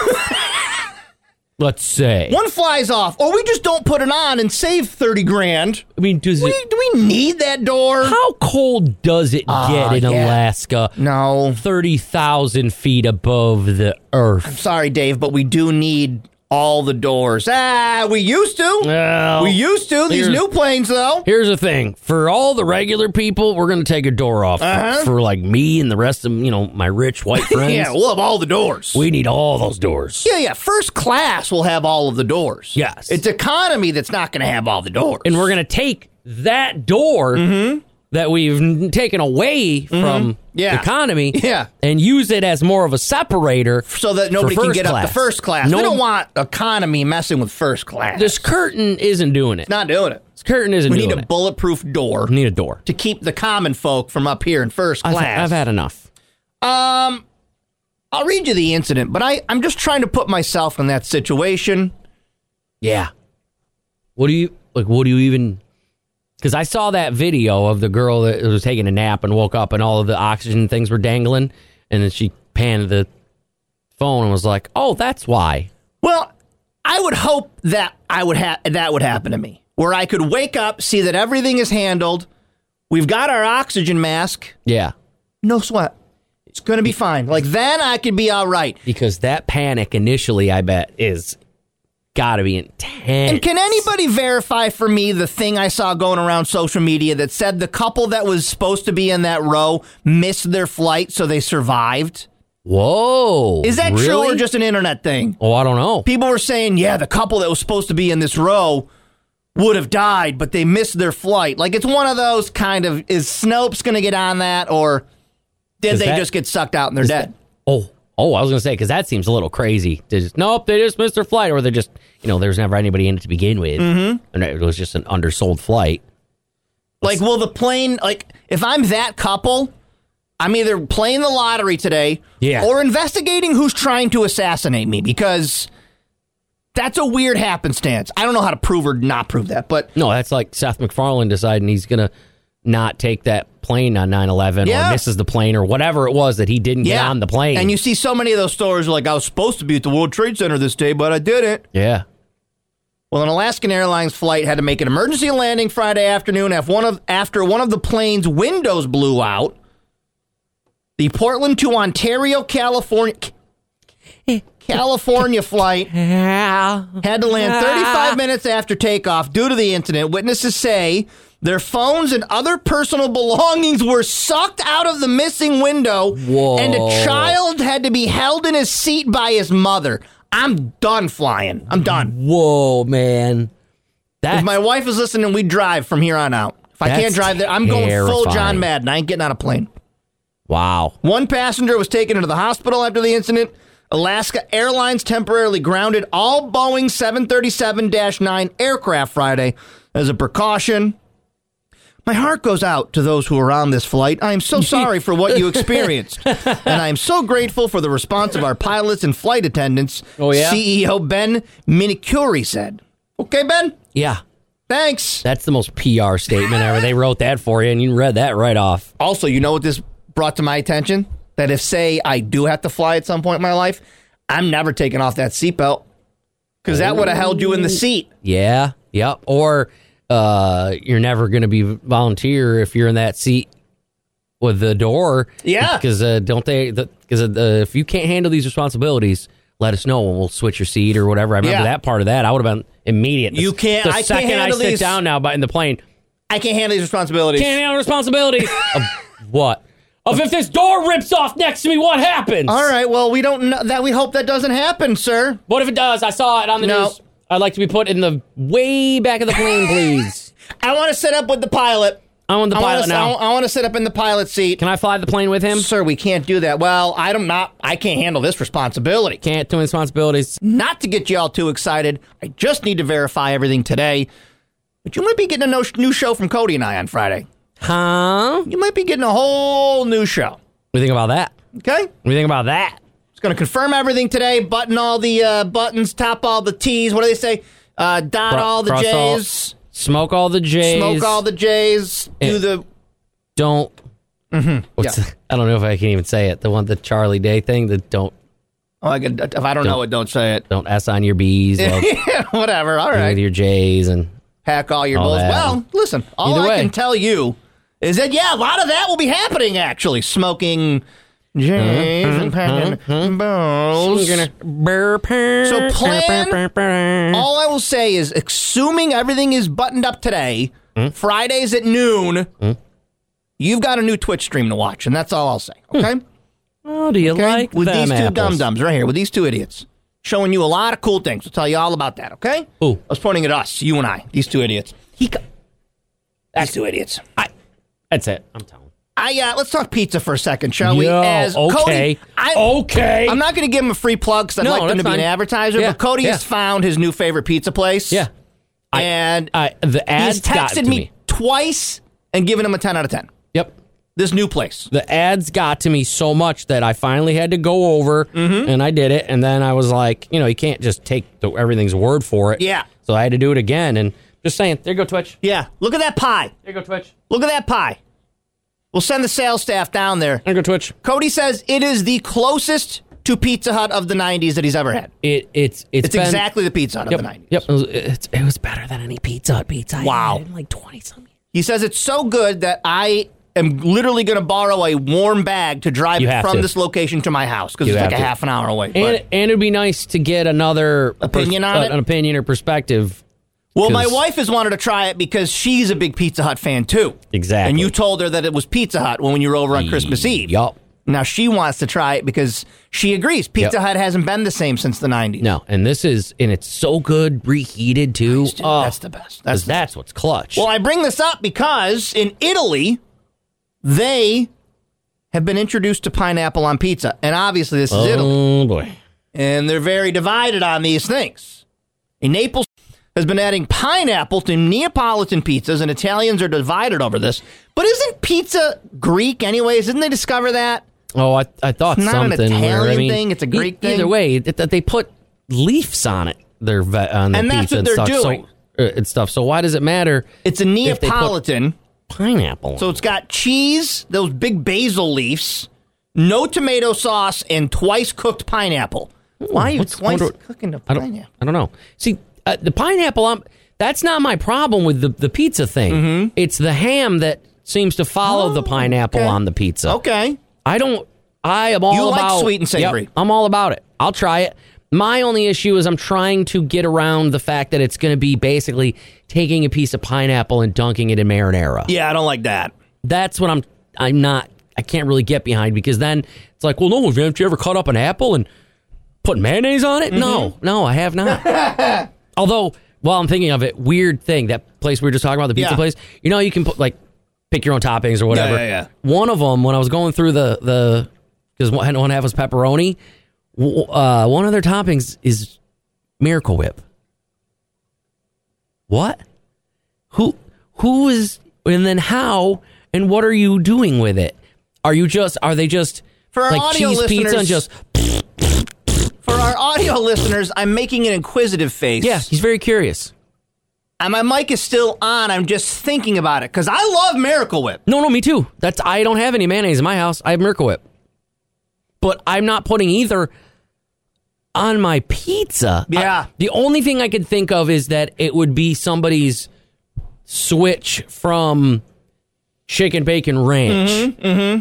[SPEAKER 2] let's say.
[SPEAKER 1] one flies off, or we just don't put it on and save thirty grand.
[SPEAKER 2] I mean, does
[SPEAKER 1] We,
[SPEAKER 2] it?
[SPEAKER 1] do we need that door?
[SPEAKER 2] How cold does it
[SPEAKER 1] Ah,
[SPEAKER 2] get in
[SPEAKER 1] yeah.
[SPEAKER 2] Alaska?
[SPEAKER 1] No,
[SPEAKER 2] Thirty thousand feet above the earth.
[SPEAKER 1] sorry, Dave, but we do need all the doors. Ah, we used to.
[SPEAKER 2] Well,
[SPEAKER 1] we used to. These
[SPEAKER 2] here's-
[SPEAKER 1] new planes, though.
[SPEAKER 2] Here's the thing: for all the regular people, we're gonna take a door off.
[SPEAKER 1] Uh-huh.
[SPEAKER 2] For like me and the rest of you know my rich white friends,
[SPEAKER 1] Yeah, we'll have all the doors.
[SPEAKER 2] we need all those doors.
[SPEAKER 1] yeah, yeah. First class will have all of the doors.
[SPEAKER 2] Yes.
[SPEAKER 1] It's economy that's not going to have all the doors.
[SPEAKER 2] And we're gonna take that door that we've n- taken away from
[SPEAKER 1] Mm-hmm. Yeah.
[SPEAKER 2] economy,
[SPEAKER 1] Yeah.
[SPEAKER 2] and use it as more of a separator.
[SPEAKER 1] so that nobody
[SPEAKER 2] for
[SPEAKER 1] can
[SPEAKER 2] first
[SPEAKER 1] get up
[SPEAKER 2] class.
[SPEAKER 1] to first class.
[SPEAKER 2] No-
[SPEAKER 1] we don't want economy messing with first class.
[SPEAKER 2] This curtain isn't doing it.
[SPEAKER 1] not doing it.
[SPEAKER 2] This curtain isn't
[SPEAKER 1] We
[SPEAKER 2] doing
[SPEAKER 1] need a
[SPEAKER 2] it.
[SPEAKER 1] bulletproof door
[SPEAKER 2] We need a door.
[SPEAKER 1] to keep the common folk from up here in first
[SPEAKER 2] I've,
[SPEAKER 1] class.
[SPEAKER 2] I've had enough.
[SPEAKER 1] Um, I'll read you the incident, but I I'm just trying to put myself in that situation.
[SPEAKER 2] Yeah. What do you like? What do you even? Because I saw that video of the girl that was taking a nap and woke up and all of the oxygen things were dangling. And then she panned the phone and was like, oh, that's why.
[SPEAKER 1] Well, I would hope that I would ha- that would happen to me, where I could wake up, see that everything is handled. We've got our oxygen mask.
[SPEAKER 2] Yeah.
[SPEAKER 1] No sweat. It's going to be fine. Like then I could be all right.
[SPEAKER 2] Because that panic initially, I bet, is got to be intense.
[SPEAKER 1] And can anybody verify for me the thing I saw going around social media that said the couple that was supposed to be in that row missed their flight, so they survived?
[SPEAKER 2] Whoa.
[SPEAKER 1] Is that true or
[SPEAKER 2] really?
[SPEAKER 1] just an internet thing?
[SPEAKER 2] Oh, I don't know.
[SPEAKER 1] People were saying, yeah, the couple that was supposed to be in this row would have died, but they missed their flight. Like it's one of those kind of is Snopes going to get on that, or did
[SPEAKER 2] Is
[SPEAKER 1] they
[SPEAKER 2] that-
[SPEAKER 1] just get sucked out and they're dead?
[SPEAKER 2] Oh, oh, I was gonna say because that seems a little crazy. They just, nope, they just missed their flight, or they just you know there was never anybody in it to begin with,
[SPEAKER 1] Mhm.
[SPEAKER 2] and it was just an undersold flight.
[SPEAKER 1] Like, will the plane, like, if I'm that couple, I'm either playing the lottery today
[SPEAKER 2] Yeah.
[SPEAKER 1] or investigating who's trying to assassinate me because that's a weird happenstance. I don't know how to prove or not prove that, but
[SPEAKER 2] No, that's like Seth MacFarlane deciding he's gonna not take that plane on 9-11
[SPEAKER 1] Yeah.
[SPEAKER 2] or misses the plane or whatever it was that he didn't get on the plane.
[SPEAKER 1] And you see so many of those stories like, I was supposed to be at the World Trade Center this day, but I didn't.
[SPEAKER 2] yeah,
[SPEAKER 1] Well, an Alaskan Airlines flight had to make an emergency landing Friday afternoon after one of, after one of the plane's windows blew out. The Portland to Ontario, California, California flight had to land 35 minutes after takeoff due to the incident. Witnesses say their phones and other personal belongings were sucked out of the missing window, and a child had to be held in his seat by his mother. I'm done flying. I'm done.
[SPEAKER 2] Whoa, man. That's-
[SPEAKER 1] if my wife is listening, we drive from here on out. If I can't
[SPEAKER 2] That's
[SPEAKER 1] drive there, I'm going full John
[SPEAKER 2] terrifying.
[SPEAKER 1] Madden. I ain't getting on a plane.
[SPEAKER 2] wow.
[SPEAKER 1] One passenger was taken into the hospital after the incident. Alaska Airlines temporarily grounded all Boeing 737 9 aircraft Friday as a precaution. My heart goes out to those who were on this flight. I am so sorry for what you experienced. and I am so grateful for the response of our pilots and flight attendants,
[SPEAKER 2] Oh, yeah?
[SPEAKER 1] CEO Ben Minicuri said. Okay, Ben?
[SPEAKER 2] Yeah,
[SPEAKER 1] Thanks.
[SPEAKER 2] that's the most PR statement ever. they wrote that for you, and you read that right off.
[SPEAKER 1] Also, you know what this brought to my attention? That if, say, I do have to fly at some point in my life, I'm never taking off that seatbelt because that would have held you in the seat.
[SPEAKER 2] Yeah. Yep. Or uh, you're never going to be volunteer if you're in that seat with the door.
[SPEAKER 1] Yeah.
[SPEAKER 2] Because uh, don't they? Because uh, if you can't handle these responsibilities, let us know and we'll switch your seat or whatever. I remember
[SPEAKER 1] Yeah.
[SPEAKER 2] that part of that. I would have been immediate. The-
[SPEAKER 1] You can't-
[SPEAKER 2] The
[SPEAKER 1] I can't
[SPEAKER 2] second
[SPEAKER 1] handle
[SPEAKER 2] I sit
[SPEAKER 1] these-
[SPEAKER 2] down now, but in the plane,
[SPEAKER 1] I can't handle these responsibilities.
[SPEAKER 2] can't handle responsibilities. of what? Of if this door rips off next to me, what happens?
[SPEAKER 1] All right. Well, we don't know that. We hope that doesn't happen, sir.
[SPEAKER 2] What if it does? I saw it on the
[SPEAKER 1] No.
[SPEAKER 2] news. I'd like to be put in the way back of the plane, please.
[SPEAKER 1] I want to sit up with the pilot.
[SPEAKER 2] I'm on the
[SPEAKER 1] I
[SPEAKER 2] pilot
[SPEAKER 1] wanna,
[SPEAKER 2] now.
[SPEAKER 1] I, want to sit up in the pilot seat.
[SPEAKER 2] Can I fly the plane with him?
[SPEAKER 1] Sir, we can't do that. Well, I don't not. I can't handle this responsibility.
[SPEAKER 2] Can't do responsibilities.
[SPEAKER 1] Not to get you all too excited. I just need to verify everything today. But you might be getting a no- new show from Cody and I on Friday.
[SPEAKER 2] Huh? What
[SPEAKER 1] you might be getting a whole new show.
[SPEAKER 2] do you think about that?
[SPEAKER 1] Okay?
[SPEAKER 2] What do you think about that?
[SPEAKER 1] It's going to confirm everything today, button all the uh, buttons, top all the T's. What do they say? Uh, dot
[SPEAKER 2] Cro-
[SPEAKER 1] all the
[SPEAKER 2] cross all-
[SPEAKER 1] J's,
[SPEAKER 2] Smoke all the J's.
[SPEAKER 1] smoke all the J's, do
[SPEAKER 2] Yeah.
[SPEAKER 1] the.
[SPEAKER 2] Don't. What's
[SPEAKER 1] Mm-hmm. Yeah.
[SPEAKER 2] the- I don't know if I can even say it. The one, the Charlie Day thing. The don't
[SPEAKER 1] Oh, I could, if I don't, know it, don't say it.
[SPEAKER 2] don't s on your B's. All
[SPEAKER 1] Whatever. All
[SPEAKER 2] with
[SPEAKER 1] right.
[SPEAKER 2] your J's and
[SPEAKER 1] Pack all your
[SPEAKER 2] All
[SPEAKER 1] bulls.
[SPEAKER 2] that.
[SPEAKER 1] Well, listen, all
[SPEAKER 2] Either
[SPEAKER 1] I
[SPEAKER 2] way.
[SPEAKER 1] can tell you is that, yeah, a lot of that will be happening, actually. Smoking J's and packing balls. So
[SPEAKER 2] Mm.
[SPEAKER 1] plan- All I will say is, assuming everything is buttoned up today,
[SPEAKER 2] Mm.
[SPEAKER 1] Fridays at noon, you've got a new Twitch stream to watch, and that's all I'll say. Okay,
[SPEAKER 2] Oh, do you
[SPEAKER 1] okay.
[SPEAKER 2] Hmm. like
[SPEAKER 1] with
[SPEAKER 2] them
[SPEAKER 1] these two
[SPEAKER 2] apples?
[SPEAKER 1] dum dums right here, with these two idiots, showing you a lot of cool things. We'll tell you all about that. Okay.
[SPEAKER 2] Who?
[SPEAKER 1] I was pointing at us, you and I, these two idiots.
[SPEAKER 2] He co-
[SPEAKER 1] That's two idiots. I,
[SPEAKER 2] That's it. I'm telling.
[SPEAKER 1] I uh, let's talk pizza for a second, shall we?
[SPEAKER 2] Yo,
[SPEAKER 1] As
[SPEAKER 2] okay.
[SPEAKER 1] Cody, I,
[SPEAKER 2] okay.
[SPEAKER 1] I'm not going to give him a free plug because I'd
[SPEAKER 2] No,
[SPEAKER 1] like them
[SPEAKER 2] that's
[SPEAKER 1] to be
[SPEAKER 2] fine.
[SPEAKER 1] an advertiser.
[SPEAKER 2] Yeah,
[SPEAKER 1] But Cody
[SPEAKER 2] yeah.
[SPEAKER 1] has found his new favorite pizza place.
[SPEAKER 2] Yeah. I-
[SPEAKER 1] and
[SPEAKER 2] I, the ads
[SPEAKER 1] he's
[SPEAKER 2] got to
[SPEAKER 1] texted
[SPEAKER 2] me.
[SPEAKER 1] me twice and given him a 10 out of 10.
[SPEAKER 2] Yep.
[SPEAKER 1] This new place.
[SPEAKER 2] the ads got to me so much that I finally had to go over
[SPEAKER 1] Mm-hmm.
[SPEAKER 2] and I did it. And then I was like, you know, you can't just take the, everything's word for it.
[SPEAKER 1] Yeah.
[SPEAKER 2] So I had to do it again. And Just saying. There you go, Twitch.
[SPEAKER 1] Yeah. Look at that pie.
[SPEAKER 2] There you go, Twitch.
[SPEAKER 1] Look at that pie. We'll send the sales staff down there.
[SPEAKER 2] There you go, Twitch.
[SPEAKER 1] Cody says it is the closest to Pizza Hut of the 90s that he's ever had.
[SPEAKER 2] It it's it's,
[SPEAKER 1] It's
[SPEAKER 2] been-
[SPEAKER 1] exactly the Pizza Hut
[SPEAKER 2] Yep.
[SPEAKER 1] of the 90s.
[SPEAKER 2] Yep. It was, it's- it was better than any Pizza Hut pizza. I
[SPEAKER 1] Wow.
[SPEAKER 2] had in like twenty something.
[SPEAKER 1] He says it's so good that I am literally going to borrow a warm bag to drive
[SPEAKER 2] You have
[SPEAKER 1] from
[SPEAKER 2] to.
[SPEAKER 1] this location to my house because
[SPEAKER 2] You
[SPEAKER 1] it's like a
[SPEAKER 2] have to.
[SPEAKER 1] half an hour away. But-
[SPEAKER 2] And and it'd be nice to get another uh,
[SPEAKER 1] Opinion on it?
[SPEAKER 2] an opinion or perspective.
[SPEAKER 1] well, my
[SPEAKER 2] 'cause-
[SPEAKER 1] wife has wanted to try it because she's a big Pizza Hut fan too.
[SPEAKER 2] Exactly.
[SPEAKER 1] And you told her that it was Pizza Hut when you were over on Christmas Eve.
[SPEAKER 2] Yup.
[SPEAKER 1] Now she wants to try it because she agrees Pizza
[SPEAKER 2] Yep.
[SPEAKER 1] Hut hasn't been the same since the 90s.
[SPEAKER 2] No, and this is and it's so good reheated too.
[SPEAKER 1] Dude,
[SPEAKER 2] Oh,
[SPEAKER 1] that's the best.
[SPEAKER 2] that's
[SPEAKER 1] That's the
[SPEAKER 2] that's what's clutch.
[SPEAKER 1] Well, I bring this up because in Italy, they have been introduced to pineapple on pizza. And obviously, this is Italy.
[SPEAKER 2] oh boy.
[SPEAKER 1] And they're very divided on these things. In Naples, has been adding pineapple to Neapolitan pizzas, and Italians are divided over this. But isn't pizza Greek, anyways? Didn't they discover that?
[SPEAKER 2] Oh, I I thought
[SPEAKER 1] It's not an
[SPEAKER 2] something. where, I
[SPEAKER 1] Italian
[SPEAKER 2] mean,
[SPEAKER 1] thing, it's a
[SPEAKER 2] e-
[SPEAKER 1] Greek thing.
[SPEAKER 2] Either way, it, that they put leaves on it. Their ve- on the
[SPEAKER 1] And that's
[SPEAKER 2] pizza
[SPEAKER 1] what
[SPEAKER 2] and
[SPEAKER 1] they're
[SPEAKER 2] stuff.
[SPEAKER 1] doing.
[SPEAKER 2] So, uh, and stuff. So why does it matter?
[SPEAKER 1] It's a
[SPEAKER 2] If they put-
[SPEAKER 1] Neapolitan.
[SPEAKER 2] pineapple.
[SPEAKER 1] So it's got cheese, those big basil leaves, no tomato sauce, and twice cooked pineapple. Why are you
[SPEAKER 2] What's-
[SPEAKER 1] twice
[SPEAKER 2] wonder-
[SPEAKER 1] cooking a
[SPEAKER 2] I don't.
[SPEAKER 1] pineapple?
[SPEAKER 2] I don't know. See, uh, the pineapple. Um, that's not my problem with the the pizza thing. It's the ham that seems to follow the pineapple
[SPEAKER 1] Mm-hmm. okay.
[SPEAKER 2] on the pizza.
[SPEAKER 1] Okay.
[SPEAKER 2] I don't. I am all
[SPEAKER 1] You like
[SPEAKER 2] about
[SPEAKER 1] sweet and savory.
[SPEAKER 2] Yep, I'm all about it. I'll try it. My only issue is I'm trying to get around the fact that it's going to be basically taking a piece of pineapple and dunking it in marinara.
[SPEAKER 1] Yeah, I don't like that.
[SPEAKER 2] That's what I'm. I'm not. I can't really get behind because then it's like, well, no. Have you ever cut up an apple and put mayonnaise on it?
[SPEAKER 1] Mm-hmm.
[SPEAKER 2] No, no, I have not. Although, while I'm thinking of it, weird thing that place we were just talking about, the pizza
[SPEAKER 1] Yeah.
[SPEAKER 2] place. You know, you can put like pick your own toppings or whatever.
[SPEAKER 1] yeah, yeah.
[SPEAKER 2] One of them, when I was going through the the because one, one half was pepperoni. w- Uh, one of their toppings is Miracle Whip. What? Who who is and then how and what are you doing with it? Are you just are they just
[SPEAKER 1] For our
[SPEAKER 2] like
[SPEAKER 1] audio
[SPEAKER 2] cheese pizza
[SPEAKER 1] listeners-
[SPEAKER 2] and just
[SPEAKER 1] For our audio listeners, I'm making an inquisitive face.
[SPEAKER 2] yeah? He's very curious.
[SPEAKER 1] And my mic is still on. I'm just thinking about it because I love Miracle Whip.
[SPEAKER 2] No, no, me too. That's I don't have any mayonnaise in my house. I have Miracle Whip, but I'm not putting either on my pizza.
[SPEAKER 1] Yeah.
[SPEAKER 2] I- the only thing I could think of is that it would be somebody's switch from chicken bacon ranch,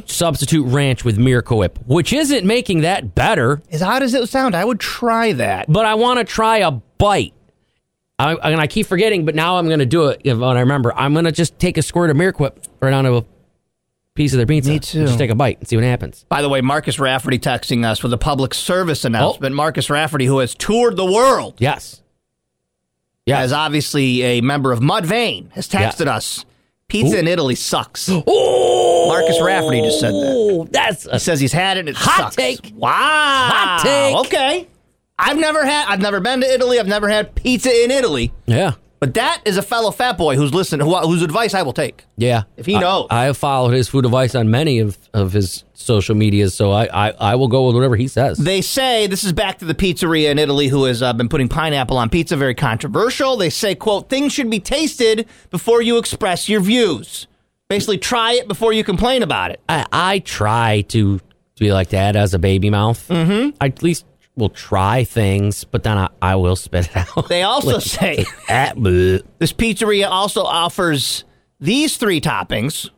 [SPEAKER 2] substitute ranch with Miracle Whip, which isn't making that better.
[SPEAKER 1] As odd as it sound, I would try that.
[SPEAKER 2] but I want to try a bite. I, and I keep forgetting, but now I'm going to do it. If when I remember, I'm going to just take a squirt of Miracle Whip right onto a piece of their pizza.
[SPEAKER 1] Me
[SPEAKER 2] and
[SPEAKER 1] too.
[SPEAKER 2] Just take a bite and see what happens.
[SPEAKER 1] By the way, Marcus Rafferty texting us with a public service announcement. Marcus Rafferty, who has toured the world.
[SPEAKER 2] Yes. Yes.
[SPEAKER 1] as obviously a member of Mudvayne, has texted us. Pizza in Italy sucks.
[SPEAKER 2] oh,
[SPEAKER 1] Marcus Rafferty just said that.
[SPEAKER 2] That's a
[SPEAKER 1] He says he's had it. And it
[SPEAKER 2] Hot
[SPEAKER 1] sucks.
[SPEAKER 2] take.
[SPEAKER 1] Wow.
[SPEAKER 2] Hot take.
[SPEAKER 1] Okay. I've never had. I've never been to Italy. I've never had pizza in Italy.
[SPEAKER 2] yeah,
[SPEAKER 1] But that is a fellow fat boy who's listening, who, whose advice I will take.
[SPEAKER 2] yeah.
[SPEAKER 1] If he knows.
[SPEAKER 2] I, I have followed his food advice on many of, of his social medias, so I, I I will go with whatever he says.
[SPEAKER 1] They say this is back to the pizzeria in Italy who has uh, been putting pineapple on pizza. Very controversial. They say, "quote Things should be tasted before you express your views. Basically, try it before you complain about it."
[SPEAKER 2] I, I try to be like that as a baby mouth. Mm-hmm. I at least will try things, but then I, I will spit it out.
[SPEAKER 1] They also say
[SPEAKER 2] Ah, bleh.
[SPEAKER 1] This pizzeria also offers these three toppings,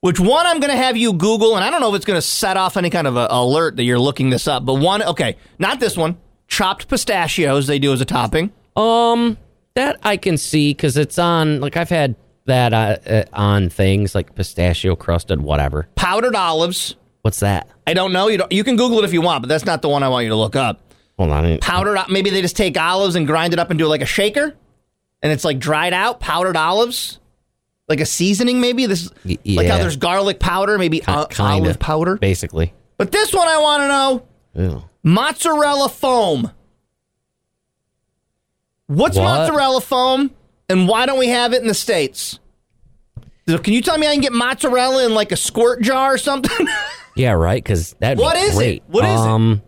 [SPEAKER 1] which one I'm going to have you Google, and I don't know if it's going to set off any kind of a, alert that you're looking this up, but one, okay, not this one. Chopped pistachios they do as a topping.
[SPEAKER 2] Um, that I can see because it's on. Like I've had that uh, uh, on things like pistachio crusted, whatever.
[SPEAKER 1] Powdered olives.
[SPEAKER 2] What's that?
[SPEAKER 1] I don't know. You, don't, you can Google it if you want, but that's not the one I want you to look up.
[SPEAKER 2] Hold on.
[SPEAKER 1] Powdered, o- maybe they just take olives and grind it up into like a shaker, and it's like dried out powdered olives, like a seasoning maybe. This
[SPEAKER 2] Y-
[SPEAKER 1] like how
[SPEAKER 2] yeah.
[SPEAKER 1] there's garlic powder, maybe o-
[SPEAKER 2] kind
[SPEAKER 1] Uh, olive
[SPEAKER 2] of
[SPEAKER 1] powder.
[SPEAKER 2] basically.
[SPEAKER 1] But this one I want to know
[SPEAKER 2] Ew.
[SPEAKER 1] mozzarella foam. What's
[SPEAKER 2] What?
[SPEAKER 1] mozzarella foam and why don't we have it in the States? So Can you tell me I can get mozzarella in like a squirt jar or something?
[SPEAKER 2] Yeah, right. Because that
[SPEAKER 1] What is it?
[SPEAKER 2] great.
[SPEAKER 1] What is it?
[SPEAKER 2] um,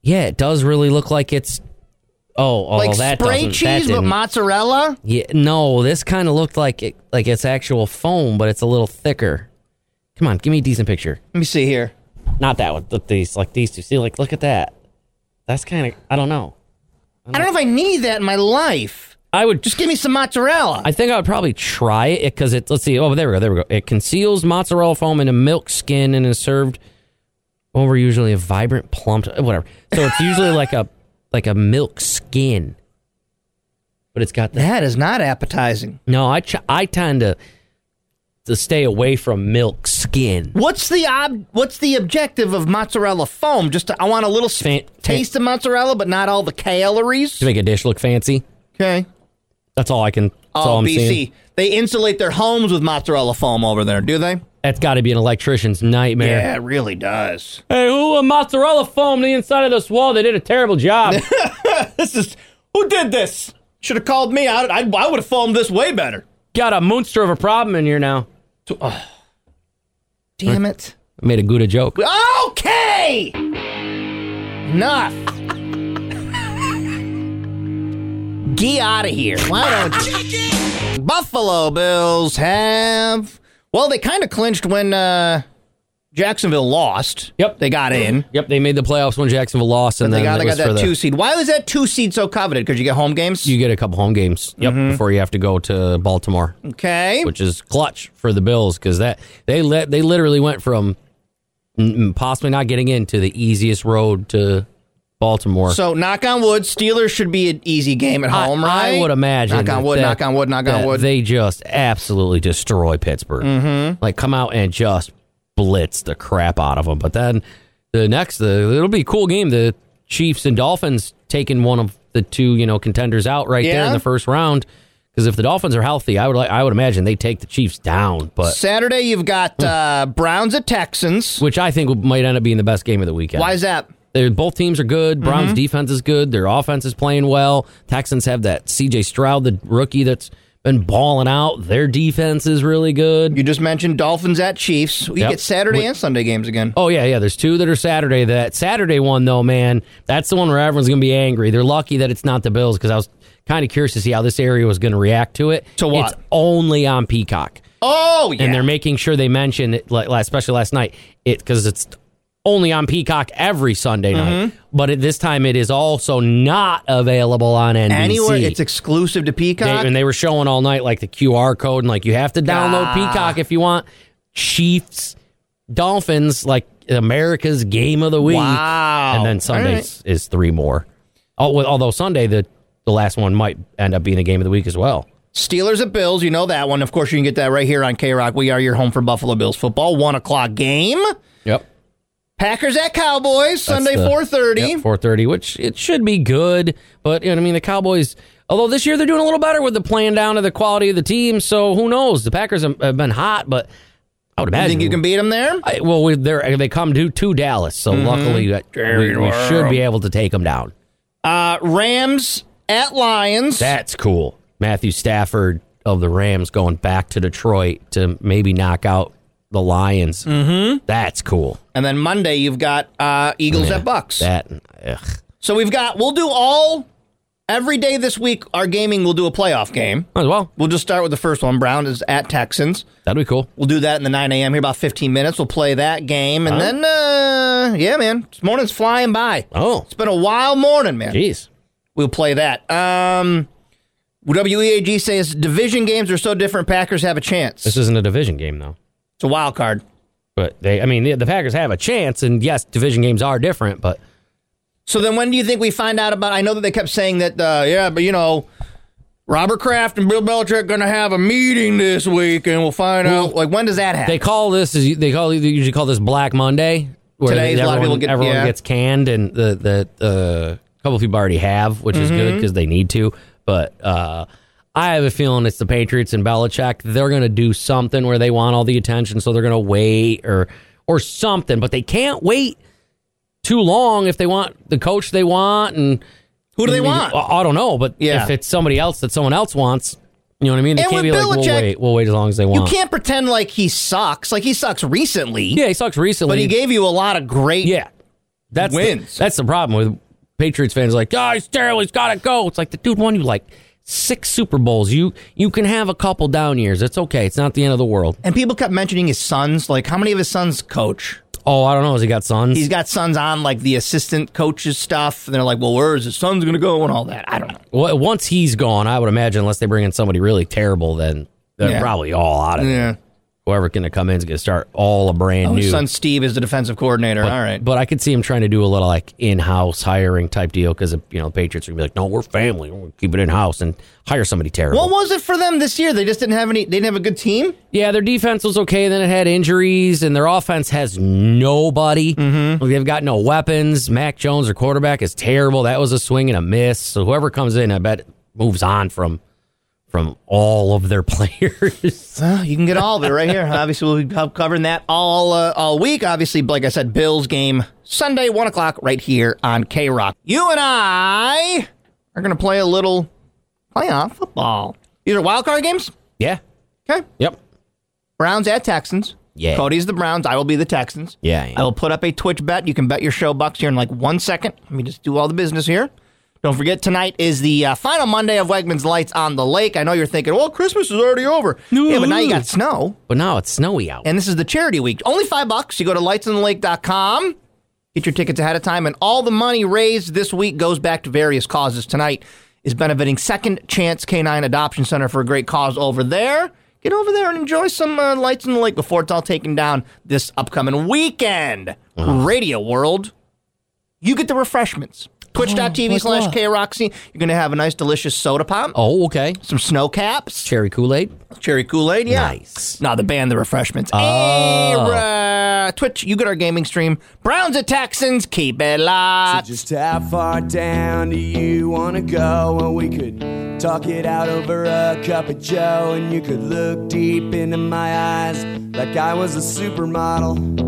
[SPEAKER 2] Yeah, it does really look like it's Oh, oh,
[SPEAKER 1] like
[SPEAKER 2] that
[SPEAKER 1] spray
[SPEAKER 2] doesn't- that
[SPEAKER 1] cheese but
[SPEAKER 2] didn't-
[SPEAKER 1] mozzarella.
[SPEAKER 2] Yeah, no, this kind of looked like it, like it's actual foam, but it's a little thicker. Come on, give me a decent picture.
[SPEAKER 1] Let me see here.
[SPEAKER 2] Not that one. Look, these like these two. See, like look at that. That's kind of I don't know.
[SPEAKER 1] I don't know if I need that in my life.
[SPEAKER 2] I would
[SPEAKER 1] Just give me some mozzarella.
[SPEAKER 2] I think I would probably try it because it. Let's see. Oh, there we go. There we go. It conceals mozzarella foam in a milk skin and is served over usually a vibrant plump. Whatever. So it's usually like a like a milk skin, but it's got that.
[SPEAKER 1] that is not appetizing.
[SPEAKER 2] No, I ch- I tend to to stay away from milk skin.
[SPEAKER 1] What's the ob- what's the objective of mozzarella foam? Just to, I want a little sp-
[SPEAKER 2] Fan-
[SPEAKER 1] taste of mozzarella, but not all the calories.
[SPEAKER 2] To make a dish look fancy.
[SPEAKER 1] Okay.
[SPEAKER 2] That's all I can. That's all
[SPEAKER 1] Oh,
[SPEAKER 2] I'm
[SPEAKER 1] BC.
[SPEAKER 2] seeing.
[SPEAKER 1] They insulate their homes with mozzarella foam over there, do they?
[SPEAKER 2] That's got to be an electrician's nightmare.
[SPEAKER 1] Yeah, it really does.
[SPEAKER 2] Hey, who uh, mozzarella foam the inside of this wall? They did a terrible job.
[SPEAKER 1] This is who did this? Should have called me. I, I, I would have foamed this way better.
[SPEAKER 2] got a monster of a problem in here now.
[SPEAKER 1] Damn it.
[SPEAKER 2] I made a Gouda joke.
[SPEAKER 1] Okay. Enough. Get out of here. Why don't Buffalo Bills have? Well, they kind of clinched when uh, Jacksonville lost.
[SPEAKER 2] Yep.
[SPEAKER 1] they got in.
[SPEAKER 2] Yep, they made the playoffs when Jacksonville lost, and
[SPEAKER 1] They
[SPEAKER 2] then
[SPEAKER 1] got,
[SPEAKER 2] it
[SPEAKER 1] they got
[SPEAKER 2] was for
[SPEAKER 1] that
[SPEAKER 2] the-
[SPEAKER 1] two seed. Why was that two seed so coveted? Because you get home games.
[SPEAKER 2] You get a couple home games. Yep,
[SPEAKER 1] Mm-hmm.
[SPEAKER 2] before you have to go to Baltimore,
[SPEAKER 1] okay.
[SPEAKER 2] which is clutch for the Bills because that they let they literally went from mm, possibly not getting in to the easiest road to Baltimore.
[SPEAKER 1] So knock on wood, Steelers should be an easy game at
[SPEAKER 2] I-
[SPEAKER 1] home,
[SPEAKER 2] I,
[SPEAKER 1] right?
[SPEAKER 2] would imagine.
[SPEAKER 1] Knock on wood,
[SPEAKER 2] that-
[SPEAKER 1] knock on wood, knock on
[SPEAKER 2] that
[SPEAKER 1] wood.
[SPEAKER 2] They just absolutely destroy Pittsburgh. Mm-hmm. Like come out and just blitz the crap out of them. But then the next, the, it'll be a cool game. The Chiefs and Dolphins taking one of the two you know contenders out right there
[SPEAKER 1] Yeah.
[SPEAKER 2] in the first round. Because if the Dolphins are healthy, I would like I would imagine they take the Chiefs down. But
[SPEAKER 1] Saturday, you've got uh, Browns at Texans.
[SPEAKER 2] which I think might end up being the best game of the weekend.
[SPEAKER 1] Why is that?
[SPEAKER 2] They're, both teams are good. Browns'
[SPEAKER 1] Mm-hmm.
[SPEAKER 2] defense is good. Their offense is playing well. Texans have that C.J. Stroud, the rookie that's been balling out. Their defense is really good.
[SPEAKER 1] You just mentioned Dolphins at Chiefs. We
[SPEAKER 2] Yep.
[SPEAKER 1] get Saturday
[SPEAKER 2] We-
[SPEAKER 1] and Sunday games again.
[SPEAKER 2] Oh yeah, yeah. There's two that are Saturday. That Saturday one though, man, that's the one where everyone's gonna be angry. They're lucky that it's not the Bills because I was kind of curious to see how this area was gonna react to it.
[SPEAKER 1] To what?
[SPEAKER 2] It's only on Peacock.
[SPEAKER 1] Oh, yeah.
[SPEAKER 2] and they're making sure they mention it, like, like, especially last night, it because it's only on Peacock every Sunday night.
[SPEAKER 1] Mm-hmm.
[SPEAKER 2] But at this time, it is also not available on NBC.
[SPEAKER 1] Anywhere, it's exclusive to
[SPEAKER 2] they,
[SPEAKER 1] Peacock.
[SPEAKER 2] and they were showing all night like the QR code and like you have to download Peacock if you want Chiefs, Dolphins, like America's game of the week.
[SPEAKER 1] Wow.
[SPEAKER 2] And then Sunday
[SPEAKER 1] All right.
[SPEAKER 2] is, is three more. Al- with- Although Sunday the the last one might end up being the game of the week as well.
[SPEAKER 1] Steelers at Bills. You know that one. Of course, you can get that right here on K Rock. We are your home for Buffalo Bills football. One o'clock game.
[SPEAKER 2] Yep.
[SPEAKER 1] Packers at Cowboys Sunday four thirty.
[SPEAKER 2] Four thirty, which it should be good, but you know, what I mean, the Cowboys. Although this year they're doing a little better with the playing down to the quality of the team, so who knows? The Packers have, have been hot, but I would
[SPEAKER 1] You
[SPEAKER 2] imagine
[SPEAKER 1] think you can beat them there?
[SPEAKER 2] I, well, we, they're, they come to to Dallas, so
[SPEAKER 1] Mm-hmm.
[SPEAKER 2] luckily that we, we should be able to take them down.
[SPEAKER 1] Uh, Rams at Lions.
[SPEAKER 2] That's cool. Matthew Stafford of the Rams going back to Detroit to maybe knock out the Lions. Mm-hmm. That's cool.
[SPEAKER 1] and then Monday you've got uh, Eagles at Bucks.
[SPEAKER 2] That ugh.
[SPEAKER 1] So we've got we'll do all every day this week. Our gaming will do a playoff game.
[SPEAKER 2] might as well.
[SPEAKER 1] We'll just start with the first one. Brown is at Texans.
[SPEAKER 2] That'd be cool.
[SPEAKER 1] We'll do that in the 9 a.m. here, about 15 minutes. We'll play that game. And then, uh, yeah, man, this morning's flying by.
[SPEAKER 2] Oh,
[SPEAKER 1] It's been a wild morning, man.
[SPEAKER 2] jeez.
[SPEAKER 1] We'll play that. Um, WEAG says division games are so different, Packers have a chance.
[SPEAKER 2] This isn't a division game though.
[SPEAKER 1] it's a wild card.
[SPEAKER 2] But they, I mean, the, the Packers have a chance, and yes, division games are different. But
[SPEAKER 1] So then when do you think we find out about? I know that they kept saying that, uh, yeah, but you know, Robert Kraft and Bill Belichick going to have a meeting this week and we'll find
[SPEAKER 2] Well,
[SPEAKER 1] out. Like, when does that happen?
[SPEAKER 2] they call this is they call they usually call this Black Monday, where
[SPEAKER 1] Today,
[SPEAKER 2] they-
[SPEAKER 1] a lot of
[SPEAKER 2] everyone,
[SPEAKER 1] people get-
[SPEAKER 2] everyone
[SPEAKER 1] yeah.
[SPEAKER 2] gets canned, and the the uh, couple people already have, which is
[SPEAKER 1] Mm-hmm.
[SPEAKER 2] good because they need to. But uh, I have a feeling it's the Patriots and Belichick. They're going to do something where they want all the attention, so they're going to wait or or something. But they can't wait too long if they want the coach they want and.
[SPEAKER 1] Who do they
[SPEAKER 2] I mean,
[SPEAKER 1] want?
[SPEAKER 2] I I don't know, but
[SPEAKER 1] Yeah.
[SPEAKER 2] if it's somebody else that someone else wants, you know what I mean? They
[SPEAKER 1] And
[SPEAKER 2] can't be
[SPEAKER 1] with
[SPEAKER 2] like, we'll
[SPEAKER 1] Belichick,
[SPEAKER 2] wait, we'll wait as long as they
[SPEAKER 1] You
[SPEAKER 2] want.
[SPEAKER 1] can't pretend like he sucks. Like, he sucks recently.
[SPEAKER 2] yeah, he sucks recently.
[SPEAKER 1] But he gave you a lot of great.
[SPEAKER 2] yeah, that's the-
[SPEAKER 1] wins.
[SPEAKER 2] that's the problem with Patriots fans are like, oh, he's terrible. He's got to go. It's like the dude won you like six Super Bowls. You you can have a couple down years. It's okay. It's not the end of the world.
[SPEAKER 1] And people kept mentioning his sons. Like, how many of his sons coach?
[SPEAKER 2] Oh, I don't know. Has he got sons?
[SPEAKER 1] He's got sons on like the assistant coaches stuff. And they're like, well, where is his sons going to go and all that? I don't know.
[SPEAKER 2] Well, once he's gone, I would imagine, unless they bring in somebody really terrible, then they're
[SPEAKER 1] Yeah.
[SPEAKER 2] probably all out of it.
[SPEAKER 1] Yeah.
[SPEAKER 2] Whoever can come in is going to start all a brand
[SPEAKER 1] Oh,
[SPEAKER 2] new.
[SPEAKER 1] his son Steve is the defensive coordinator. all right.
[SPEAKER 2] But I could see him trying to do a little like in-house hiring type deal because you know the Patriots are gonna be like, no, we're family, we're gonna keep it in-house and hire somebody terrible.
[SPEAKER 1] What was it for them this year? They just didn't have any. They didn't have a good team.
[SPEAKER 2] yeah, their defense was okay, then it had injuries, and their offense has nobody. They've got no weapons. Mac Jones, their quarterback, is terrible. That was a swing and a miss. So whoever comes in, I bet moves on from from all of their players.
[SPEAKER 1] Well, you can get all of it right here. Obviously, we'll be co- covering that all uh, all week. Obviously, like I said, Bills game Sunday, one o'clock, right here on K Rock. You and I are going to play a little playoff football. These are wild card games.
[SPEAKER 2] yeah.
[SPEAKER 1] Okay.
[SPEAKER 2] Yep.
[SPEAKER 1] Browns at Texans.
[SPEAKER 2] Yeah.
[SPEAKER 1] Cody's the Browns. I will be the Texans.
[SPEAKER 2] Yeah.
[SPEAKER 1] I will put up a Twitch bet. You can bet your show bucks here in like one second. Let me just do all the business here. Don't forget, tonight is the uh, final Monday of Wegman's Lights on the Lake. I know you're thinking, well, Christmas is already over. Yeah, but now you got snow,
[SPEAKER 2] But now it's snowy out.
[SPEAKER 1] and this is the charity week. Only five bucks. You go to lightsonthelake.com, get your tickets ahead of time, and all the money raised this week goes back to various causes. Tonight is benefiting Second Chance Canine Adoption Center for a great cause over there. Get over there and enjoy some uh, lights in the lake before it's all taken down this upcoming weekend.
[SPEAKER 2] Uh-huh.
[SPEAKER 1] Radio World you get the refreshments. Twitch.tv slash KRoxy. You're going to have a nice, delicious soda pop,
[SPEAKER 2] Oh, okay.
[SPEAKER 1] some snow caps,
[SPEAKER 2] Cherry Kool-Aid.
[SPEAKER 1] cherry Kool Aid. Yeah.
[SPEAKER 2] Nice.
[SPEAKER 1] No, the band, the refreshments. Hey, uh, Twitch, you get our gaming stream. Browns at Texans, keep it locked.
[SPEAKER 8] Just how far down do you want to go? Well, we could talk it out over a cup of joe, and you could look deep into my eyes like I was a supermodel.